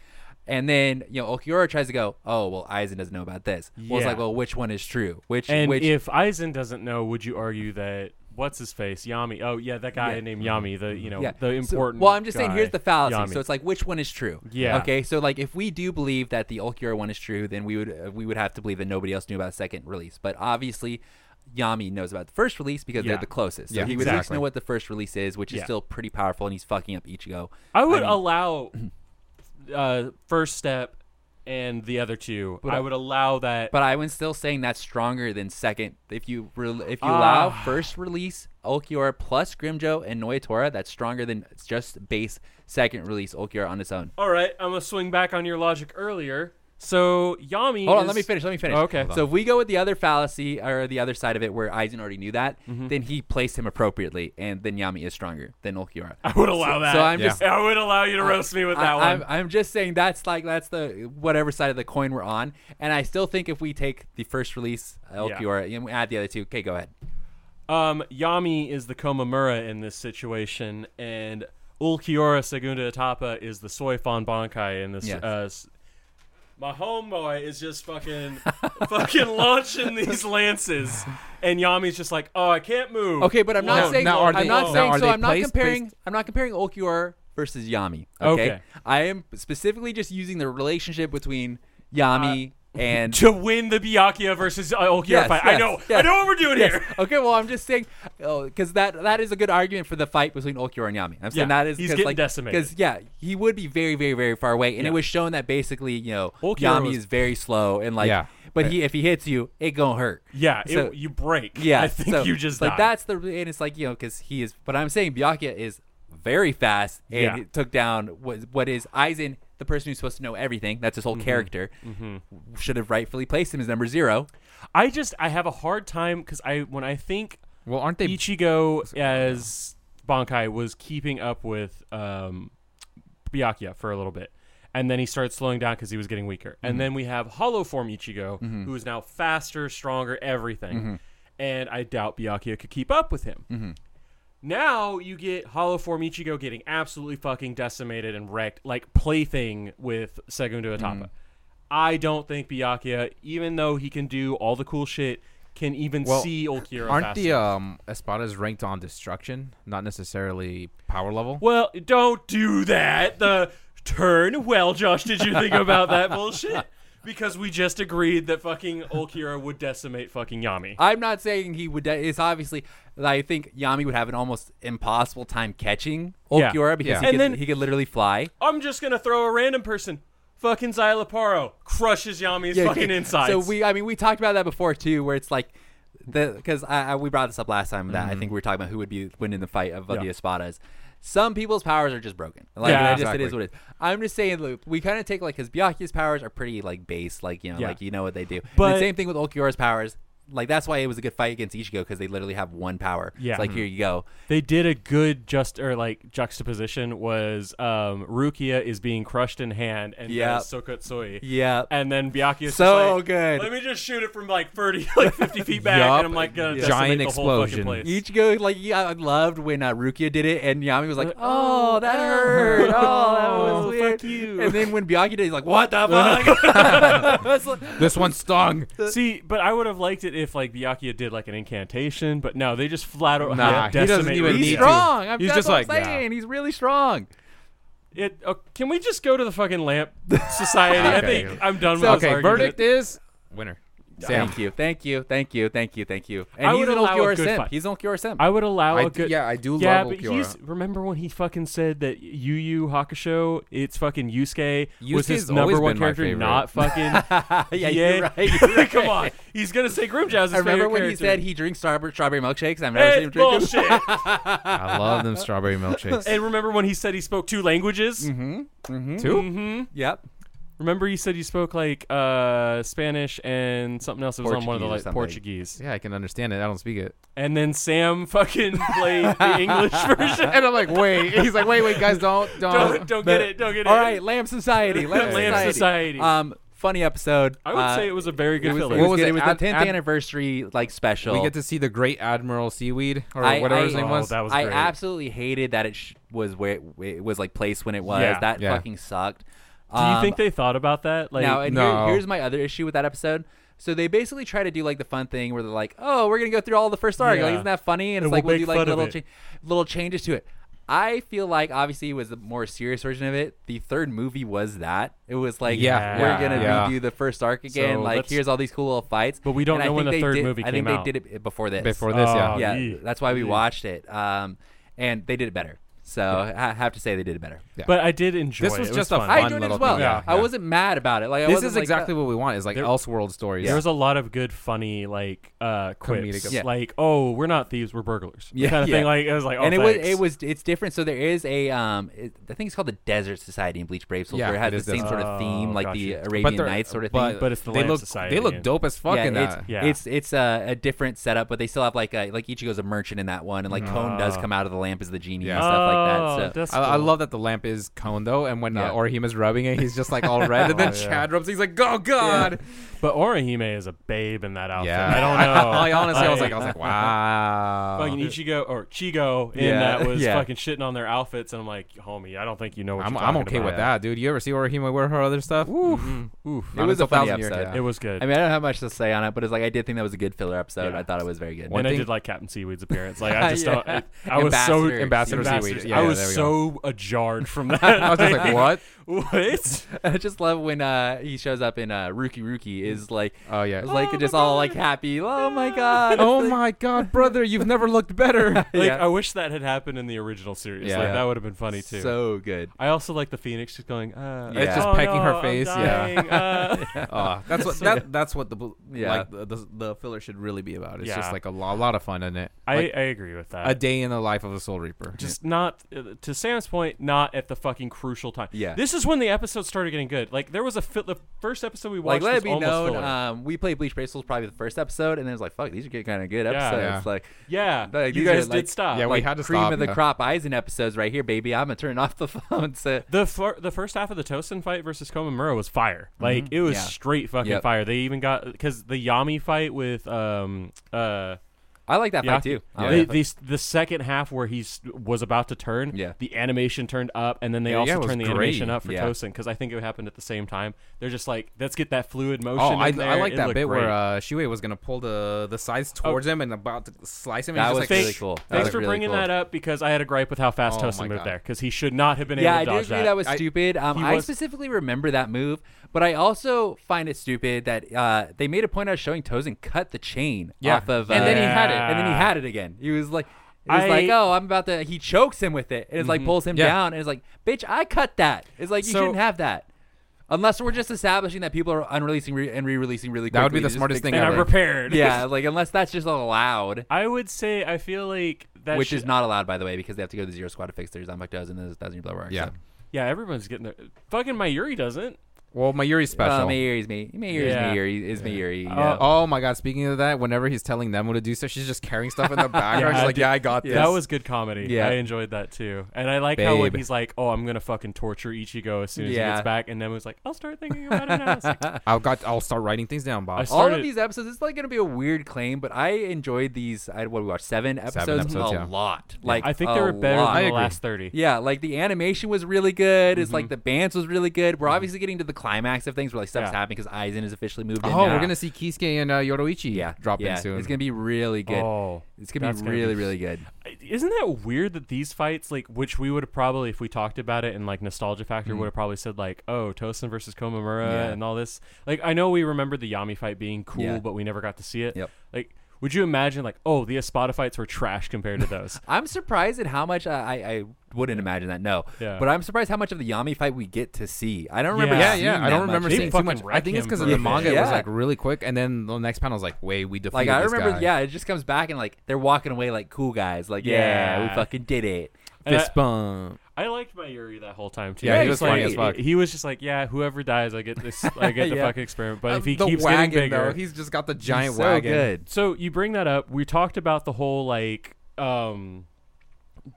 Speaker 3: And then, you know, Okiura tries to go, "Oh, well, Aizen doesn't know about this." Well, it's
Speaker 2: Yeah.
Speaker 3: like, "Well, which one is true?" Which
Speaker 2: And
Speaker 3: which
Speaker 2: if Aizen doesn't know, would you argue that what's his face Yami? Oh yeah, that guy named Yami. The you know Oh, the
Speaker 3: So-
Speaker 2: important.
Speaker 3: well, I'm just saying
Speaker 2: guy,
Speaker 3: here's the fallacy.
Speaker 2: Yami.
Speaker 3: So it's like which one is true?
Speaker 2: Yeah.
Speaker 3: Okay. So like if we do believe that the Ulquiorra one is true, then we would uh, we would have to believe that nobody else knew about the second release. But obviously, Yami knows about the first release because
Speaker 2: Yeah.
Speaker 3: they're the closest. So
Speaker 4: Yeah,
Speaker 3: he would at least
Speaker 4: exactly.
Speaker 3: know what the first release is, which is
Speaker 2: Yeah.
Speaker 3: still pretty powerful, and he's fucking up Ichigo.
Speaker 2: I would
Speaker 3: mean-
Speaker 2: allow uh, first step and the other two. I would allow that.
Speaker 3: But I was still saying that's stronger than second. If you re- if you
Speaker 2: Ah.
Speaker 3: allow first release Ulquiorra plus Grimjo and Noitora, that's stronger than just base second release Ulquiorra on its own.
Speaker 2: All right, I'm gonna swing back on your logic earlier. So Yami.
Speaker 3: Hold on,
Speaker 2: is-
Speaker 3: let me finish. Let me finish.
Speaker 2: Oh, okay. Hold
Speaker 3: So if we go with the other fallacy or the other side of it, where Aizen already knew that,
Speaker 2: Mm-hmm.
Speaker 3: then he placed him appropriately, and then Yami is stronger than Ulquiorra.
Speaker 2: (laughs) I would allow
Speaker 3: So-
Speaker 2: that.
Speaker 3: so I'm
Speaker 4: Yeah. just-
Speaker 2: I would allow you to roast me with that
Speaker 3: I,
Speaker 2: one.
Speaker 3: am I'm just saying that's like that's the whatever side of the coin we're on, and I still think if we take the first release Ulquiorra and we add the other two, okay, go ahead.
Speaker 2: Um, Yami is the Komamura in this situation, and Ulquiorra Segunda Etapa is the Soifon Bankai in this.
Speaker 3: Yes.
Speaker 2: Uh, s- my homeboy is just fucking, (laughs) fucking launching these lances, and Yami's just like, oh, I can't move.
Speaker 3: Okay, but I'm not
Speaker 2: Whoa.
Speaker 3: saying
Speaker 4: now are
Speaker 3: I'm
Speaker 4: they-
Speaker 3: not
Speaker 4: now
Speaker 3: saying
Speaker 4: are
Speaker 3: so.
Speaker 4: they
Speaker 3: I'm not
Speaker 4: placed-
Speaker 3: comparing.
Speaker 4: placed-
Speaker 3: I'm not comparing Ulquiorra versus Yami. Okay?
Speaker 2: Okay.
Speaker 3: I am specifically just using the relationship between Yami
Speaker 2: Uh, (laughs)
Speaker 3: and
Speaker 2: to win the Byakuya versus uh, Ulquiorra
Speaker 3: Yes,
Speaker 2: fight. I
Speaker 3: yes,
Speaker 2: know, I
Speaker 3: yes.
Speaker 2: know what we're (laughs) doing
Speaker 3: Yes.
Speaker 2: here.
Speaker 3: (laughs) Okay. Well, I'm just saying, because that that is a good argument for the fight between Okiura and Yami. I'm saying
Speaker 2: Yeah,
Speaker 3: that is
Speaker 2: he's
Speaker 3: 'cause,
Speaker 2: getting
Speaker 3: like,
Speaker 2: decimated.
Speaker 3: Because yeah, he would be very, very, very far away, and
Speaker 2: Yeah.
Speaker 3: it was shown that basically, you know,
Speaker 2: Okiura
Speaker 3: Yami
Speaker 2: was-
Speaker 3: is very slow and like,
Speaker 4: Yeah.
Speaker 3: but he if he hits you, it gonna hurt.
Speaker 2: Yeah,
Speaker 3: So-
Speaker 2: it, you break.
Speaker 3: Yeah,
Speaker 2: I think
Speaker 3: so,
Speaker 2: you just
Speaker 3: like
Speaker 2: die.
Speaker 3: that's the and it's like you know because he is. But I'm saying Byakuya is very fast and
Speaker 2: Yeah.
Speaker 3: it took down what what is Aizen, the person who's supposed to know everything. That's his whole
Speaker 2: Mm-hmm.
Speaker 3: character. Should have rightfully placed him as number zero.
Speaker 2: I just I have a hard time because I when I think
Speaker 4: well, aren't they?
Speaker 2: Ichigo as Bankai was keeping up with um, Byakuya for a little bit, and then he started slowing down because he was getting weaker.
Speaker 4: Mm-hmm.
Speaker 2: And then we have Hollow Form Ichigo, who is now faster, stronger, everything.
Speaker 4: Mm-hmm.
Speaker 2: And I doubt Byakuya could keep up with him. Now you get Hollow Form Ichigo getting absolutely fucking decimated and wrecked, like plaything with Segundo
Speaker 4: Mm-hmm.
Speaker 2: Atapa. I don't think Byakuya, even though he can do all the cool shit, can even
Speaker 4: Well,
Speaker 2: see Okira.
Speaker 4: aren't
Speaker 2: E fast
Speaker 4: the
Speaker 2: enough.
Speaker 4: um, Espadas ranked on destruction, not necessarily power level?
Speaker 2: Well, don't do that. The turn. Well, Josh, did you think about
Speaker 3: (laughs)
Speaker 2: that bullshit? Because we just agreed that fucking Olkira would decimate fucking Yami.
Speaker 3: I'm not saying he would. It's obviously I think Yami would have an almost impossible time catching
Speaker 2: Yeah.
Speaker 3: Okiura because
Speaker 4: Yeah.
Speaker 3: he,
Speaker 2: And
Speaker 3: could,
Speaker 2: then-
Speaker 3: he could literally fly.
Speaker 2: I'm just gonna throw a random person. Fucking Xyloparo crushes Yami's fucking
Speaker 3: okay.
Speaker 2: insides.
Speaker 3: So we, I mean, we talked about that before too, where it's like the because I, I we brought this up last time that I think we were talking about who would be winning the fight of uh, the
Speaker 2: Mm-hmm. Yeah.
Speaker 3: Espadas. Some people's powers are just broken. Like
Speaker 2: Yeah,
Speaker 3: it, just, it is
Speaker 4: exactly.
Speaker 3: what it is. I'm just saying, look, we kind of take like because Byakuya's powers are pretty like base, like you know,
Speaker 2: Yeah.
Speaker 3: like you know what they do. But
Speaker 2: But-
Speaker 3: the same thing with Olkior's powers. Like that's why it was a good fight against Ichigo because they literally have one power.
Speaker 2: Yeah. Mm-hmm.
Speaker 3: it's like here you go.
Speaker 2: they did a good just or like juxtaposition was um Rukia is being crushed in hand and
Speaker 3: Yeah.
Speaker 2: does Sokotsui.
Speaker 3: Yeah.
Speaker 2: And then Byakuya's
Speaker 3: So
Speaker 2: just like,
Speaker 3: good.
Speaker 2: Let me just shoot it from like 30 (laughs) like 50 feet back
Speaker 4: Yup.
Speaker 2: and I'm like gonna
Speaker 4: Yeah.
Speaker 2: decimate
Speaker 4: Giant
Speaker 2: the whole fucking
Speaker 4: explosion.
Speaker 2: place.
Speaker 3: Ichigo, like, yeah, I loved when uh, Rukia did it, and Yami
Speaker 2: Uh,
Speaker 3: was like, "Oh, that hurt. Oh, that was weird."
Speaker 2: you.
Speaker 3: And then when Byakuya did, it, he's like, "What the fuck?" That's like-
Speaker 4: this
Speaker 3: (laughs)
Speaker 4: one stung.
Speaker 2: (laughs) See, but I would have liked it if like Byakuya did like an incantation, but no, they just flat out
Speaker 4: Nah, he doesn't
Speaker 2: decimate
Speaker 4: even
Speaker 2: Rukia.
Speaker 3: he's
Speaker 4: need to.
Speaker 3: strong. I'm,
Speaker 4: He's
Speaker 3: that's
Speaker 4: just
Speaker 3: what I'm
Speaker 4: like, nah.
Speaker 3: saying. He's really strong.
Speaker 2: It, oh, can
Speaker 4: (laughs)
Speaker 2: we just go to the fucking lamp society? I
Speaker 4: Okay.
Speaker 2: think I'm done with this
Speaker 4: okay,
Speaker 2: argument.
Speaker 4: verdict is winner.
Speaker 3: Thank you, thank you, thank you, thank you, thank you. And
Speaker 2: I
Speaker 3: he's
Speaker 2: would
Speaker 3: an
Speaker 2: allow a
Speaker 3: Okiora
Speaker 2: good
Speaker 3: simp.
Speaker 2: fight.
Speaker 3: He's an Okiora simp.
Speaker 2: I would allow
Speaker 4: I
Speaker 2: a
Speaker 4: d-
Speaker 2: good.
Speaker 4: yeah, I do
Speaker 2: yeah,
Speaker 4: love
Speaker 2: but
Speaker 4: Okiura.
Speaker 2: he's remember when he fucking said that Yu Yu Hakusho, it's fucking Yusuke was
Speaker 4: Yusuke's
Speaker 2: his
Speaker 4: always
Speaker 2: number one
Speaker 4: been my
Speaker 2: character,
Speaker 4: favorite.
Speaker 2: not
Speaker 4: (laughs)
Speaker 2: fucking.
Speaker 3: (laughs) Yeah,
Speaker 2: EA?
Speaker 3: you're right, you're
Speaker 2: (laughs) Come
Speaker 3: right.
Speaker 2: on, he's gonna say Grimjow's his
Speaker 3: I remember
Speaker 2: favorite
Speaker 3: when he
Speaker 2: character.
Speaker 3: said he drinks strawberry, strawberry milkshakes. I've never seen
Speaker 2: Hey,
Speaker 3: him drink them.
Speaker 2: bullshit. (laughs)
Speaker 4: I love them strawberry milkshakes.
Speaker 2: and remember when he said he spoke two languages? Mm-hmm.
Speaker 4: Two?
Speaker 3: Yep.
Speaker 2: Remember you said you spoke like uh, Spanish and something else that was on one of the
Speaker 3: Portuguese or
Speaker 2: like
Speaker 3: something.
Speaker 2: Portuguese.
Speaker 4: Yeah, I can understand it. I don't speak it.
Speaker 2: And then Sam fucking played
Speaker 3: (laughs)
Speaker 2: the English version.
Speaker 4: And I'm
Speaker 2: (laughs)
Speaker 4: like, wait. He's like, wait, wait, guys, don't, don't.
Speaker 2: don't don't get it. Don't get it.
Speaker 3: All right, Lamb Society. Lamb,
Speaker 2: Lamb Society.
Speaker 3: Um, funny episode.
Speaker 2: I would
Speaker 3: Uh,
Speaker 2: say it was a very good filler.
Speaker 3: It was,
Speaker 4: was
Speaker 3: good.
Speaker 4: it?
Speaker 3: It was
Speaker 4: Ad-
Speaker 3: the 10th
Speaker 4: ad-
Speaker 3: anniversary like special.
Speaker 4: We get to see the Great Admiral Seaweed or
Speaker 3: I-
Speaker 4: whatever
Speaker 3: I-
Speaker 4: his name
Speaker 3: Oh,
Speaker 4: was.
Speaker 2: that was-
Speaker 3: I
Speaker 2: great.
Speaker 3: absolutely hated that it sh- was where it, it was like placed when it was.
Speaker 2: Yeah.
Speaker 3: That
Speaker 4: Yeah.
Speaker 3: fucking sucked.
Speaker 2: Do
Speaker 3: um,
Speaker 2: you think they thought about that? Like
Speaker 3: now? And
Speaker 4: No.
Speaker 3: here, here's my other issue with that episode. So they basically try to do like the fun thing where they're like, "Oh, we're gonna go through all the first arc.
Speaker 2: Yeah.
Speaker 3: Like, isn't that funny?" And, it's
Speaker 2: And
Speaker 3: like
Speaker 2: we'll
Speaker 3: we'll do
Speaker 2: make
Speaker 3: like
Speaker 2: fun of
Speaker 3: little
Speaker 2: it.
Speaker 3: cha- little changes to it. I feel like obviously it was the more serious version of it. The third movie was that. It was like,
Speaker 4: Yeah.
Speaker 3: we're gonna
Speaker 4: Yeah.
Speaker 3: redo the first arc again.
Speaker 2: So
Speaker 3: like
Speaker 2: let's-
Speaker 3: here's all these cool little fights.
Speaker 2: But we don't
Speaker 3: And I
Speaker 2: know when
Speaker 3: think
Speaker 2: the
Speaker 3: they
Speaker 2: third
Speaker 3: did-
Speaker 2: movie
Speaker 3: I think
Speaker 2: came
Speaker 3: they
Speaker 2: out.
Speaker 3: did it before this.
Speaker 4: Before this, yeah.
Speaker 2: Oh,
Speaker 3: yeah,
Speaker 2: yeah.
Speaker 3: that's why we watched it. Um, and they did it better. So I have to say they did it better.
Speaker 2: But I did enjoy.
Speaker 4: This
Speaker 2: it.
Speaker 4: was
Speaker 2: It
Speaker 4: just a
Speaker 2: fun.
Speaker 3: I
Speaker 4: Fun
Speaker 3: enjoyed it
Speaker 4: little
Speaker 3: as well.
Speaker 4: thing, yeah,
Speaker 3: I
Speaker 4: yeah.
Speaker 3: wasn't mad about it. Like I
Speaker 4: This
Speaker 3: wasn't
Speaker 4: is
Speaker 3: like,
Speaker 4: exactly
Speaker 3: uh,
Speaker 4: what we want. Is like Elseworld stories.
Speaker 2: There was a lot of good, funny, like uh, quips,
Speaker 4: Comedic-
Speaker 3: Yeah.
Speaker 2: like "Oh, we're not thieves, we're burglars,"
Speaker 3: Yeah,
Speaker 2: kind of
Speaker 3: yeah.
Speaker 2: thing. Like it was like, "Oh,
Speaker 3: and it
Speaker 2: thanks.
Speaker 3: was it was it's different. So there is a um, it, I think it's called the Desert Society in Bleach Brave Souls,
Speaker 4: Yeah,
Speaker 3: where it has
Speaker 4: it
Speaker 3: the
Speaker 4: is
Speaker 3: same
Speaker 4: Desert.
Speaker 3: sort of theme,
Speaker 2: Oh,
Speaker 3: like
Speaker 2: gotcha.
Speaker 3: the
Speaker 2: But
Speaker 3: Arabian
Speaker 4: they're-
Speaker 3: Nights sort of thing.
Speaker 2: But it's the
Speaker 4: they
Speaker 2: Lamb
Speaker 4: look,
Speaker 2: Society and-
Speaker 4: They look dope as fuck in
Speaker 3: yeah, it's,
Speaker 4: that.
Speaker 2: Yeah.
Speaker 3: it's it's a, a different setup, but they still have like a like Ichigo's a merchant in that one, and like Cone does come out of the lamp as the genie
Speaker 4: Yeah.
Speaker 3: and stuff
Speaker 2: Ah. Oh,
Speaker 3: like that. So
Speaker 2: that's
Speaker 4: I, I
Speaker 2: cool.
Speaker 4: love that the lamp is cone though, and when
Speaker 3: Yeah. Oh,
Speaker 4: uh, Orihima's rubbing it, he's just like all
Speaker 3: (laughs)
Speaker 4: red, and then Chad rubs, it, he's like, "Oh God!"
Speaker 2: But Orihime is a babe in that outfit.
Speaker 4: Yeah.
Speaker 2: I
Speaker 4: (laughs)
Speaker 2: don't know.
Speaker 4: I honestly, I was like, oh, I was
Speaker 3: (laughs)
Speaker 4: like, "Wow."
Speaker 2: fucking Ichigo or Chigo in
Speaker 3: Yeah,
Speaker 2: that was
Speaker 3: yeah.
Speaker 2: fucking shitting on their outfits, and I'm like, homie, I don't think you know what
Speaker 4: I'm,
Speaker 2: you're
Speaker 4: I'm
Speaker 2: talking
Speaker 4: okay
Speaker 2: about.
Speaker 4: with that, dude. You ever see Orihima wear her other stuff? Oof, oof. Not
Speaker 3: Mm-hmm. was a
Speaker 4: until
Speaker 3: funny
Speaker 4: Thousand Year
Speaker 3: episode.
Speaker 4: Kid.
Speaker 2: It was good.
Speaker 3: I mean, I don't have much to say on it, but it's like I did think that was a good filler episode.
Speaker 2: Yeah.
Speaker 3: I thought it was very good.
Speaker 2: and I
Speaker 4: thing-
Speaker 2: did like Captain Seaweed's appearance. Like
Speaker 4: (laughs)
Speaker 2: I just
Speaker 3: Yeah.
Speaker 2: don't. I, I was so
Speaker 3: Ambassador Seaweed.
Speaker 4: Ambassador Seaweed.
Speaker 2: Ambassadors.
Speaker 4: Yeah,
Speaker 2: I
Speaker 4: yeah,
Speaker 2: was
Speaker 4: there we go.
Speaker 2: so ajarred
Speaker 4: (laughs)
Speaker 2: from that.
Speaker 4: I was just
Speaker 3: (laughs)
Speaker 4: like, "What?"
Speaker 2: (laughs)
Speaker 4: (laughs)
Speaker 2: What?
Speaker 3: (laughs) I just love when uh, he shows up in uh, Rookie Rookie is like,
Speaker 4: Oh, yeah.
Speaker 3: is like just all like happy. Oh my
Speaker 2: (laughs)
Speaker 3: god!
Speaker 4: oh my God, brother, you've never looked
Speaker 3: (laughs)
Speaker 4: better.
Speaker 2: Like
Speaker 3: Yeah.
Speaker 2: I wish that had happened in the original series.
Speaker 4: Yeah.
Speaker 2: like
Speaker 4: Yeah.
Speaker 2: that would have been funny too.
Speaker 3: so good.
Speaker 2: I also like the Phoenix just going. Uh,
Speaker 3: It's just
Speaker 2: "Oh,
Speaker 4: pecking her
Speaker 2: no, I'm
Speaker 4: face, (laughs) yeah.
Speaker 2: dying, uh."
Speaker 4: Oh, that's what that, that's what the bl-
Speaker 3: Yeah.
Speaker 4: like the, the, the filler should really be about. It's
Speaker 2: Yeah.
Speaker 4: just like a, lo- lot of fun in it.
Speaker 2: I,
Speaker 4: Like,
Speaker 2: I agree with that.
Speaker 4: a day in the life of a Soul Reaper.
Speaker 2: just not uh, to Sam's point, not at the fucking crucial time.
Speaker 3: Yeah.
Speaker 2: this is when the episode started getting good. Like there was a fi- the first episode we
Speaker 3: Like
Speaker 2: watched
Speaker 3: let
Speaker 2: was
Speaker 3: it be
Speaker 2: almost
Speaker 3: known,
Speaker 2: filler.
Speaker 3: um, we played Bleach Brave Souls probably the first episode, and then it was like, fuck, these are getting kind of good episodes.
Speaker 2: Yeah.
Speaker 3: Like,
Speaker 2: yeah,
Speaker 3: like,
Speaker 2: you
Speaker 3: these are,
Speaker 2: guys
Speaker 3: like-
Speaker 2: did stop.
Speaker 4: Yeah, we
Speaker 3: like
Speaker 4: had to
Speaker 3: cream
Speaker 4: stop,
Speaker 3: of the
Speaker 4: yeah.
Speaker 3: crop Eisen episodes right here, baby. I'm gonna turn off the (laughs) phone. So
Speaker 2: The fir- the first half of the Tosin fight versus Komamura was fire. Like it was
Speaker 3: Mm-hmm. Yeah.
Speaker 2: straight fucking
Speaker 3: Yep.
Speaker 2: fire. They even got because the Yami fight with um uh
Speaker 3: I like that fight
Speaker 2: Yaki-
Speaker 3: too. I
Speaker 2: the,
Speaker 3: like that fight.
Speaker 2: the, the second half where he s- was about to turn,
Speaker 3: Yeah.
Speaker 2: the animation turned up, and then they
Speaker 4: Yeah,
Speaker 2: also
Speaker 4: yeah, it was
Speaker 2: turned the
Speaker 4: great.
Speaker 2: animation up for
Speaker 3: Yeah.
Speaker 2: Tosin because I think it happened at the same time. They're just like, let's get that fluid motion.
Speaker 4: Oh, I,
Speaker 2: in there.
Speaker 4: I like
Speaker 2: It
Speaker 4: that
Speaker 2: looked
Speaker 4: bit
Speaker 2: great.
Speaker 4: where uh, Shuei was gonna pull the the sides towards him and about to slice him. and
Speaker 3: That
Speaker 4: he's
Speaker 3: was
Speaker 4: just like,
Speaker 3: really
Speaker 2: Thanks-
Speaker 3: cool. That
Speaker 2: Thanks
Speaker 3: was
Speaker 2: for
Speaker 3: really
Speaker 2: bringing
Speaker 3: cool.
Speaker 2: that up because I had a gripe with how fast
Speaker 4: Oh
Speaker 2: Tosin
Speaker 4: my
Speaker 2: moved
Speaker 4: God.
Speaker 2: there because he should not have been
Speaker 3: yeah, I
Speaker 2: able to
Speaker 3: do
Speaker 2: dodge
Speaker 3: agree that, was
Speaker 4: I-
Speaker 3: stupid. Um,
Speaker 2: he
Speaker 3: I
Speaker 2: was-
Speaker 3: specifically remember that move, but I also find it stupid that uh, they made a point out of showing Tozen cut the chain
Speaker 4: Yeah.
Speaker 3: off of, uh,
Speaker 4: And then he
Speaker 2: had it.
Speaker 3: and then he had it again. He was like, it was
Speaker 2: I-
Speaker 3: like, oh, I'm about to. He chokes him with it, and it's like pulls him
Speaker 4: Mm-hmm. Yeah.
Speaker 3: down, and it's like, bitch, I cut that. It's like you
Speaker 2: So-
Speaker 3: shouldn't have that. Unless we're just establishing that people are unreleasing re- and re-releasing really quickly.
Speaker 4: That would be the
Speaker 3: to just
Speaker 4: smartest
Speaker 3: fix
Speaker 4: thing
Speaker 3: that.
Speaker 2: and I'm
Speaker 4: ever.
Speaker 2: prepared.
Speaker 3: Yeah, like unless that's just allowed,
Speaker 2: (laughs) I would say I feel like that
Speaker 3: which
Speaker 2: should-
Speaker 3: is not allowed by the way, because they have to go to the Zero Squad to fix theirs. Zamak does, and the Thousand Year Bloodwork.
Speaker 4: Yeah.
Speaker 3: so.
Speaker 2: Yeah, everybody's getting their fucking Mayuri doesn't.
Speaker 4: Well, Mayuri's
Speaker 3: Oh,
Speaker 4: special.
Speaker 3: Mayuri's me. Mayuri's
Speaker 2: Yeah.
Speaker 3: Mayuri is Mayuri.
Speaker 2: Oh,
Speaker 3: yeah.
Speaker 4: Oh my god! Speaking of that, whenever he's telling them what to do, so she's just carrying stuff in the background. she's like,
Speaker 2: dude.
Speaker 4: "Yeah, I got this."
Speaker 2: That was good comedy.
Speaker 3: Yeah.
Speaker 2: I enjoyed that too. And I like how when
Speaker 4: Babe.
Speaker 2: he's like, "Oh, I'm gonna fucking torture Ichigo as soon as he
Speaker 3: Yeah.
Speaker 2: gets back," and then was like, "I'll start thinking about it now."
Speaker 3: (laughs)
Speaker 2: It's like,
Speaker 4: I'll got. I'll start writing things down, Bob.
Speaker 2: I
Speaker 3: All
Speaker 2: started-
Speaker 3: of these episodes, it's like going to be a weird claim, but I enjoyed these. I what we watched seven episodes,
Speaker 4: episodes,
Speaker 3: a
Speaker 4: yeah.
Speaker 3: lot. Like
Speaker 2: I think
Speaker 3: a
Speaker 2: they were better
Speaker 3: lot.
Speaker 2: than
Speaker 4: I Mm-hmm.
Speaker 2: the
Speaker 4: agree.
Speaker 2: last thirty.
Speaker 3: yeah, like the animation was really good. It's like the bands was really good.
Speaker 4: Mm-hmm.
Speaker 3: We're obviously getting to the climax of things where like stuff's
Speaker 2: Yeah.
Speaker 3: happening because Aizen is officially moved in.
Speaker 4: oh,
Speaker 3: now.
Speaker 4: we're gonna see Kisuke and uh, Yoroichi
Speaker 3: yeah
Speaker 4: drop
Speaker 3: yeah.
Speaker 4: in soon.
Speaker 3: It's gonna be really good.
Speaker 2: Oh,
Speaker 3: it's gonna
Speaker 2: that's
Speaker 3: be
Speaker 2: gonna
Speaker 3: really
Speaker 2: be-
Speaker 3: really good.
Speaker 2: I- isn't that weird that these fights, like, which we would have probably, if we talked about it in like nostalgia factor, would have probably said like, oh, Tosin versus Komamura
Speaker 3: Mm. Yeah.
Speaker 2: and all this. Like, I know we remembered the Yami fight being cool,
Speaker 3: Yeah.
Speaker 2: but we never got to see it.
Speaker 3: Yep.
Speaker 2: Like, would you imagine like, oh, the Espada fights were trash compared
Speaker 3: (laughs)
Speaker 2: to those?
Speaker 3: I'm surprised at how much I, I, I wouldn't imagine that. No,
Speaker 2: Yeah.
Speaker 3: but I'm surprised how much of the Yami fight we get to see. I don't remember.
Speaker 2: Yeah.
Speaker 4: Yeah,
Speaker 3: seeing
Speaker 4: yeah. I
Speaker 3: that
Speaker 4: don't
Speaker 3: much.
Speaker 4: remember
Speaker 2: They
Speaker 4: seeing too
Speaker 2: fucking
Speaker 4: much. I
Speaker 2: wrecked
Speaker 4: think it's
Speaker 2: him
Speaker 4: because
Speaker 2: for
Speaker 4: in the
Speaker 2: a
Speaker 4: manga
Speaker 3: bit.
Speaker 4: it was
Speaker 3: Yeah.
Speaker 4: like really quick, and then the next panel was like, "Wait, we defeated
Speaker 3: Like I
Speaker 4: this
Speaker 3: remember,
Speaker 4: guy."
Speaker 3: yeah. It just comes back and like they're walking away like cool guys. Like yeah,
Speaker 2: Yeah.
Speaker 3: we fucking did it.
Speaker 2: And I-
Speaker 4: fist bump.
Speaker 2: I liked my Yuri that whole time too.
Speaker 4: Yeah,
Speaker 3: he was
Speaker 2: like,
Speaker 3: funny as
Speaker 4: fuck.
Speaker 2: He was just like, yeah, whoever dies, I get this, I
Speaker 4: (laughs)
Speaker 2: get the
Speaker 3: Yeah.
Speaker 2: fucking experiment. But if
Speaker 4: Uh,
Speaker 2: he
Speaker 4: the
Speaker 2: keeps
Speaker 4: wagon,
Speaker 2: getting bigger,
Speaker 4: though, he's just got the giant
Speaker 3: He's so
Speaker 4: wagon.
Speaker 3: good.
Speaker 2: so you bring that up. We talked about the whole like um,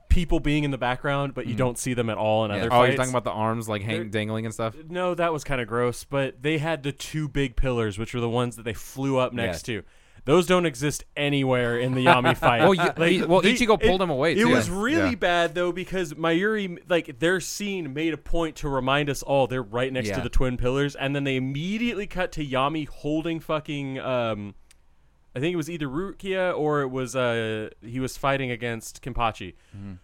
Speaker 2: people being in the background, but you don't see them at all in other
Speaker 4: Mm. Oh,
Speaker 2: fights.
Speaker 4: you're talking about the arms like hang-
Speaker 2: They're-
Speaker 4: dangling and stuff.
Speaker 2: no, that was kind of gross. But they had the two big pillars, which were the ones that they flew up next to. Those don't exist anywhere in the
Speaker 4: (laughs)
Speaker 2: Yami fight.
Speaker 4: Well, you- well, Ichigo
Speaker 2: it-
Speaker 4: pulled them away,
Speaker 2: It
Speaker 4: too.
Speaker 2: was
Speaker 4: Yeah.
Speaker 2: really
Speaker 4: Yeah.
Speaker 2: bad though because Mayuri, like their scene, made a point to remind us all they're right next to
Speaker 3: Yeah.
Speaker 2: the twin pillars, and then they immediately cut to Yami holding fucking. Um, I think it was either Rukia or it was uh he was fighting against Kimpachi.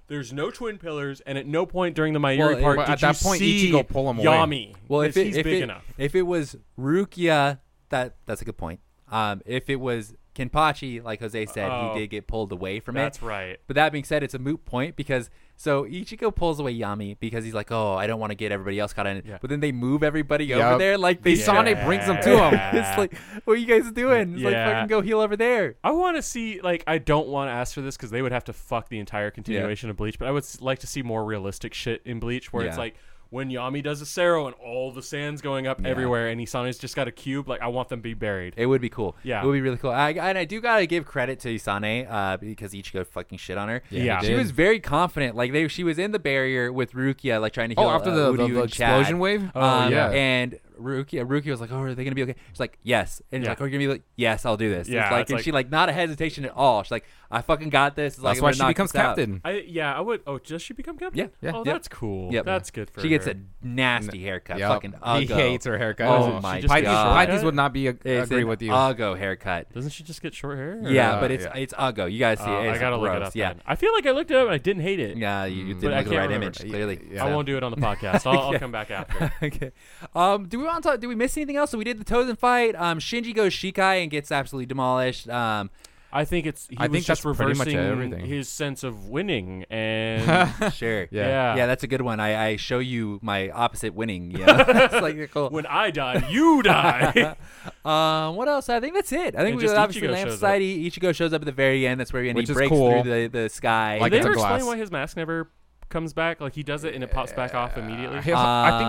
Speaker 2: There's no twin pillars, and at no point during the Mayuri
Speaker 3: Well,
Speaker 2: part
Speaker 4: Mm-hmm. well,
Speaker 2: did
Speaker 4: at
Speaker 2: you
Speaker 4: that point,
Speaker 2: see
Speaker 4: Ichigo pull him away.
Speaker 2: Yami.
Speaker 3: Well, if, it,
Speaker 2: he's
Speaker 3: if,
Speaker 2: big
Speaker 3: it,
Speaker 2: enough,
Speaker 3: if it was Rukia, that that's a good point. Um, if it was Kenpachi, like Jose said,
Speaker 2: Oh.
Speaker 3: he did get pulled away from it.
Speaker 2: that's right.
Speaker 3: But that being said, it's a moot point because so Ichigo pulls away Yami because he's like, oh, I don't want to get everybody else caught in it.
Speaker 2: Yeah.
Speaker 3: But then they move everybody over
Speaker 4: Yup.
Speaker 3: there, like they
Speaker 4: Sonny
Speaker 3: saw
Speaker 4: brings them to him.
Speaker 2: Yeah.
Speaker 3: (laughs) it's like, what are you guys doing? It's like
Speaker 2: Yeah.
Speaker 3: fucking go heal over there.
Speaker 2: I want to see like I don't want to ask for this because they would have to fuck the entire continuation of Bleach. But I would s- like to see more realistic shit in Bleach where it's
Speaker 3: Yeah.
Speaker 2: like when Yami does a Saro and all the sand's going up everywhere, and Isane's just got a cube. Like I want them to be buried.
Speaker 3: It would be cool.
Speaker 2: Yeah.
Speaker 3: it would be really cool. I, and I do gotta give credit to Isane uh, because Ichigo fucking shit on her.
Speaker 2: Yeah.
Speaker 3: she
Speaker 4: did.
Speaker 3: was very confident. Like they, she was in the barrier with Rukia, like trying to heal.
Speaker 4: Oh, after
Speaker 3: uh,
Speaker 4: the, the,
Speaker 3: Uryu
Speaker 4: the
Speaker 3: and Chad.
Speaker 4: explosion wave. Oh
Speaker 3: um,
Speaker 4: yeah.
Speaker 3: And Rukia, Rukia was like, "Oh, are they gonna be okay?" She's like, "Yes," and he's
Speaker 2: Yeah.
Speaker 3: like, "Are you gonna be like, yes, I'll do this."
Speaker 2: Yeah,
Speaker 3: it's like,
Speaker 2: it's
Speaker 3: and
Speaker 2: like-
Speaker 3: she like not a hesitation at all. She's like, "I fucking got this." It's like,
Speaker 4: That's
Speaker 3: I'm
Speaker 4: why
Speaker 3: gonna
Speaker 4: she
Speaker 3: knock
Speaker 4: becomes
Speaker 3: this out.
Speaker 4: captain.
Speaker 2: I, yeah, I would. Oh, does she become captain?
Speaker 3: Yeah.
Speaker 4: Yeah.
Speaker 2: Oh,
Speaker 4: Yep.
Speaker 2: that's cool.
Speaker 3: Yep.
Speaker 2: that's good for.
Speaker 3: She gets
Speaker 2: her.
Speaker 3: a nasty haircut.
Speaker 4: Yep.
Speaker 3: Fucking
Speaker 4: (laughs) he
Speaker 3: uggo.
Speaker 4: hates her haircut.
Speaker 3: Oh,
Speaker 4: She
Speaker 3: my
Speaker 4: just- Pythes-
Speaker 3: God.
Speaker 4: Pythes would not be a,
Speaker 3: It's
Speaker 4: agree
Speaker 3: an
Speaker 4: with you.
Speaker 3: Uggo haircut.
Speaker 2: Doesn't she just get short hair? or-
Speaker 3: Yeah,
Speaker 4: Uh,
Speaker 3: but it's
Speaker 4: yeah.
Speaker 3: it's uggo. You guys see
Speaker 2: Uh,
Speaker 3: it.
Speaker 2: I
Speaker 3: It's
Speaker 2: gotta look it
Speaker 3: gross.
Speaker 2: up.
Speaker 3: Yeah.
Speaker 2: then. I feel like I looked it up and I didn't hate it.
Speaker 3: Yeah, you, you didn't
Speaker 2: But
Speaker 3: look
Speaker 2: I
Speaker 3: at the
Speaker 2: can't
Speaker 3: right
Speaker 2: remember.
Speaker 3: image, clearly.
Speaker 4: yeah.
Speaker 2: I
Speaker 3: So-
Speaker 2: won't do it on the podcast. I'll, I'll come back after.
Speaker 3: (laughs) okay. Um, do we want to talk? Do we miss anything else? So we did the Tozen fight. Um, Shinji goes Shikai and gets absolutely demolished. Um,
Speaker 2: I think it's. He
Speaker 4: I
Speaker 2: was
Speaker 4: think
Speaker 2: just
Speaker 4: that's pretty much
Speaker 2: reversing
Speaker 4: everything.
Speaker 2: his sense of
Speaker 4: (laughs)
Speaker 2: winning and
Speaker 3: sure.
Speaker 4: Yeah.
Speaker 2: yeah.
Speaker 3: Yeah, that's a good one. I, I show you my opposite winning. Yeah, (laughs) it's like cool.
Speaker 2: when I die, you die.
Speaker 3: Um, what else? I think that's it. I think
Speaker 2: And
Speaker 3: we
Speaker 2: just
Speaker 3: obviously
Speaker 2: Ichigo
Speaker 3: Lamp
Speaker 2: shows up.
Speaker 3: Society. Ichigo shows up at the very end. That's where he, and
Speaker 4: Which
Speaker 3: he
Speaker 4: is
Speaker 3: breaks
Speaker 4: cool.
Speaker 3: through the, the sky.
Speaker 4: Like
Speaker 2: Did (laughs) they
Speaker 4: it's a
Speaker 2: ever
Speaker 4: glass.
Speaker 2: explain why his mask never comes back? Like he does it and it pops back off immediately.
Speaker 4: I think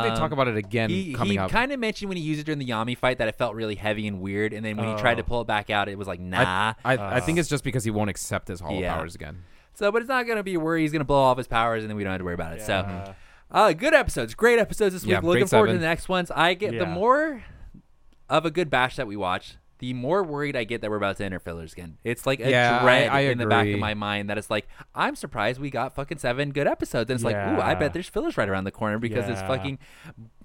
Speaker 4: they
Speaker 3: Um,
Speaker 4: talk about it again
Speaker 3: he
Speaker 4: coming
Speaker 3: he
Speaker 4: up.
Speaker 3: kind of mentioned when he used it during the Yami fight that it felt really heavy and weird, and then when he tried to pull it back out, it was like nah.
Speaker 4: I, I, I think it's just because he won't accept his hollow
Speaker 3: Uh. Yeah.
Speaker 4: powers again.
Speaker 3: So, but it's not gonna be a worry. He's gonna blow off his powers, and then we don't have to worry about it. So, uh, good episodes, great episodes this week.
Speaker 4: Yeah,
Speaker 3: Looking
Speaker 4: great
Speaker 3: forward to
Speaker 4: seven.
Speaker 3: the next ones. I get the
Speaker 2: Yeah.
Speaker 3: more of a good bash that we watch, the more worried I get that we're about to enter fillers again. It's like a
Speaker 4: Yeah, I-
Speaker 3: dread
Speaker 4: I
Speaker 3: in the back of
Speaker 4: agree.
Speaker 3: my mind that it's like I'm surprised we got fucking seven good episodes, and it's like, ooh, I
Speaker 2: Yeah.
Speaker 3: bet there's fillers right around the corner because it's
Speaker 2: Yeah.
Speaker 3: fucking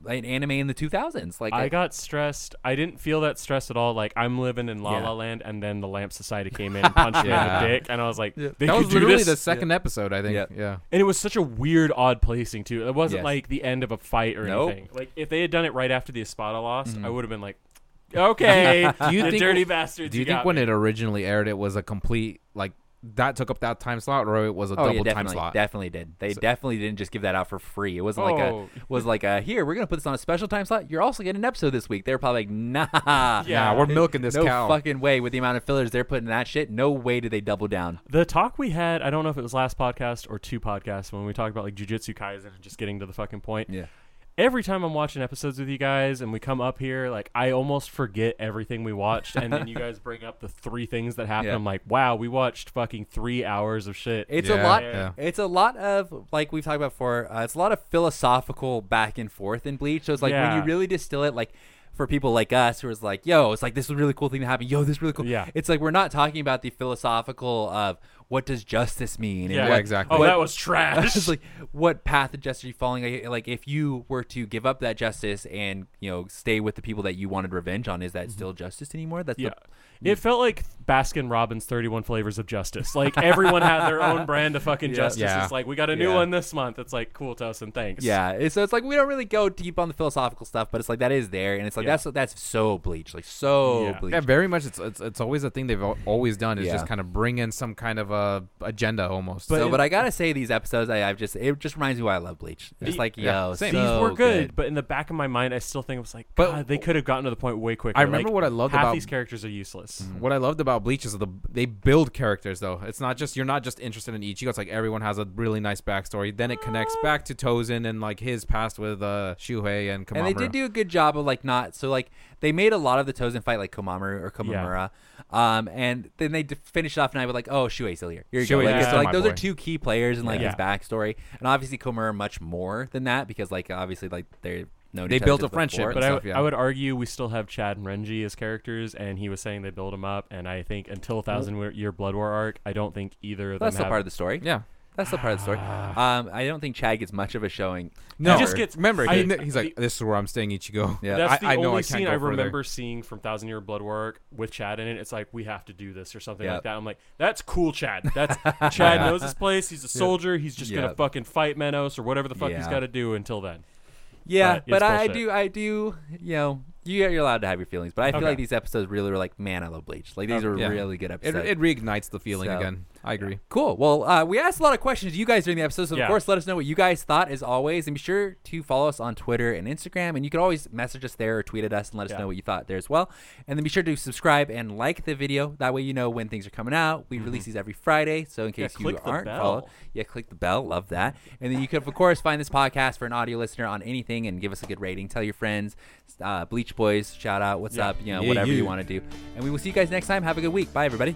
Speaker 3: an anime in the 2000s. Like,
Speaker 2: I got stressed. I didn't feel that stress at all. Like I'm living in La
Speaker 3: Yeah.
Speaker 2: La Land, and then the Lamp Society came in and punched
Speaker 4: (laughs) Yeah.
Speaker 2: me in the dick, and I was like, they
Speaker 4: that
Speaker 2: could
Speaker 4: was
Speaker 2: do
Speaker 4: literally
Speaker 2: this.
Speaker 4: the second episode, I think. Yeah.
Speaker 2: and it was such a weird, odd placing too. It wasn't
Speaker 3: Yes.
Speaker 2: like the end of a fight or
Speaker 3: Nope.
Speaker 2: anything. Like if they had done it right after the Espada lost, I would have been like, okay,
Speaker 4: Mm-hmm. (laughs) Do you
Speaker 2: the
Speaker 4: think-
Speaker 2: dirty bastards.
Speaker 4: Do you think
Speaker 2: got
Speaker 4: when
Speaker 2: me.
Speaker 4: it originally aired, it was a complete like that took up that time slot, or it was a
Speaker 3: Oh yeah,
Speaker 4: double time
Speaker 3: definitely,
Speaker 4: slot?
Speaker 3: definitely did. They definitely didn't just give that out for free. It wasn't like
Speaker 2: Oh.
Speaker 3: a (laughs) was like a here we're gonna put this on a special time slot. You're also getting an episode this week. They're probably like nah,
Speaker 2: Yeah.
Speaker 4: yeah, we're milking this
Speaker 3: no
Speaker 4: cow.
Speaker 3: fucking way with the amount of fillers they're putting in that shit. No way did they double down.
Speaker 2: The talk we had, I don't know if it was last podcast or two podcasts when we talked about like Jujutsu Kaisen and just getting to the fucking point.
Speaker 3: Yeah.
Speaker 2: Every time I'm watching episodes with you guys and we come up here, like I almost forget everything we watched and
Speaker 3: (laughs)
Speaker 2: then you guys bring up the three things that happened.
Speaker 3: Yeah.
Speaker 2: I'm like, wow, we watched fucking three hours of shit.
Speaker 3: It's a
Speaker 4: Yeah,
Speaker 3: lot.
Speaker 4: yeah.
Speaker 3: It's a lot of like we've talked about before. Uh, it's a lot of philosophical back and forth in Bleach. So it's like when
Speaker 2: Yeah.
Speaker 3: you really distill it, like for people like us who is like, yo, it's like this is a really cool thing to happen. Yo, this is really cool.
Speaker 2: Yeah.
Speaker 3: It's like we're not talking about the philosophical of what does justice mean?
Speaker 2: Yeah,
Speaker 3: and what,
Speaker 4: exactly.
Speaker 2: Oh,
Speaker 4: What-
Speaker 2: that was
Speaker 3: (laughs)
Speaker 2: trash.
Speaker 3: it's like what path of justice are you following? Like, like, if you were to give up that justice and you know stay with the people that you wanted revenge on, is that still justice anymore? That's
Speaker 2: Mm-hmm.
Speaker 3: (laughs)
Speaker 2: yeah. It felt like Baskin Robbins 31 Flavors of Justice. Like everyone had their own brand of fucking justice.
Speaker 4: Yeah.
Speaker 2: It's like we got a new
Speaker 3: Yeah.
Speaker 2: one this month. It's like cool to us and thanks.
Speaker 3: the, yeah. It's- So it's like we don't really go deep on the philosophical stuff, but it's like that is there, and it's like
Speaker 2: Yeah.
Speaker 3: that's that's so bleach, like so
Speaker 2: Yeah.
Speaker 3: bleach.
Speaker 4: Yeah, very much. It's it's, it's always a thing they've al- always done is
Speaker 3: Yeah.
Speaker 4: just kind of bring in some kind of a agenda almost.
Speaker 3: so, but I gotta say, these episodes, I, I've just it just reminds me why I love Bleach. It's like,
Speaker 4: yeah,
Speaker 3: yo,
Speaker 4: same.
Speaker 3: so
Speaker 2: These were good, but in the back of my mind, I still think I was like,
Speaker 4: Oh, But-
Speaker 2: God, they could have gotten to the point way quicker.
Speaker 4: I remember
Speaker 2: Like,
Speaker 4: what I loved
Speaker 2: half
Speaker 4: about- Mm-hmm.
Speaker 2: these characters are useless.
Speaker 4: what I loved about Bleach is the they build characters though. It's not just you're not just interested in Ichigo. It's like everyone has a really nice backstory. Then it connects back to Tozin and like his past with uh, Shuhei and Kamamura.
Speaker 3: And they did do a good job of like not so like they made a lot of the Tozen fight like Komamaru or Komamura, um, and then they d- finished off and I was like, oh Shuei's still here. Here you go.
Speaker 4: Shuei's
Speaker 3: Like, it's
Speaker 2: still
Speaker 3: like
Speaker 4: my
Speaker 3: those
Speaker 4: boy.
Speaker 3: are two key players and like his
Speaker 2: Yeah.
Speaker 3: backstory, and obviously Komamura much more than that because like obviously like they're known.
Speaker 4: They
Speaker 3: each other
Speaker 4: built a
Speaker 3: since
Speaker 4: friendship,
Speaker 3: before.
Speaker 2: But I,
Speaker 4: stuff, yeah.
Speaker 2: I would argue we still have Chad and Renji as characters, and he was saying they build him up. And I think until Thousand Weir- Year Blood War arc, I don't think either of
Speaker 3: that's
Speaker 2: them
Speaker 3: still
Speaker 2: have. Ah.
Speaker 3: part of the story.
Speaker 4: Yeah.
Speaker 3: that's still part of the story. Um, I don't think Chad gets much of a showing.
Speaker 4: No,
Speaker 2: just gets-
Speaker 4: remember
Speaker 2: I-
Speaker 4: he kn- he's like this is where I'm staying Ichigo.
Speaker 3: Yeah.
Speaker 2: that's
Speaker 4: I,
Speaker 2: the
Speaker 4: I know
Speaker 2: only
Speaker 4: I can't
Speaker 2: scene
Speaker 4: go
Speaker 2: I
Speaker 4: further.
Speaker 2: remember seeing from Thousand Year Blood War arc with Chad in it. It's like we have to do this or something
Speaker 3: Yeah.
Speaker 2: like that. I'm like, that's cool, Chad.
Speaker 4: (laughs)
Speaker 2: That's Chad knows his place. He's a soldier. He's just
Speaker 3: Yeah.
Speaker 2: gonna fucking fight Menos or whatever the fuck he's
Speaker 3: Yeah.
Speaker 2: got to do until then.
Speaker 3: Yeah,
Speaker 2: But it's
Speaker 3: but I, I
Speaker 2: bullshit.
Speaker 3: do, I do, you know, you, you're allowed to have your feelings, but I feel
Speaker 2: Okay.
Speaker 3: like these episodes really were like, man, I love Bleach. Like these were
Speaker 4: Yeah.
Speaker 3: really good
Speaker 4: It,
Speaker 3: episodes.
Speaker 4: it reignites the feeling
Speaker 3: So-
Speaker 4: again. I agree.
Speaker 3: Cool. Well, uh, we asked a lot of questions to you guys during the episode, so
Speaker 2: Yeah.
Speaker 3: of course, let us know what you guys thought as always, and be sure to follow us on Twitter and Instagram, and you can always message us there or tweet at us and let us
Speaker 2: Yeah.
Speaker 3: know what you thought there as well. And then be sure to subscribe and like the video. That way, you know when things are coming out. We release these every Friday, so in case you
Speaker 2: Mm-hmm. click the
Speaker 3: aren't
Speaker 2: bell.
Speaker 3: followed, yeah, click the bell. Love that. And then you can, of course, find this podcast for an audio listener on anything, and give us a good rating. Tell your friends. Uh, Bleach Boys, shout out. What's
Speaker 2: Yeah.
Speaker 3: up? You know,
Speaker 4: Yeah,
Speaker 3: whatever
Speaker 4: you.
Speaker 3: you want to do. And we will see you guys next time. Have a good week. Bye, everybody.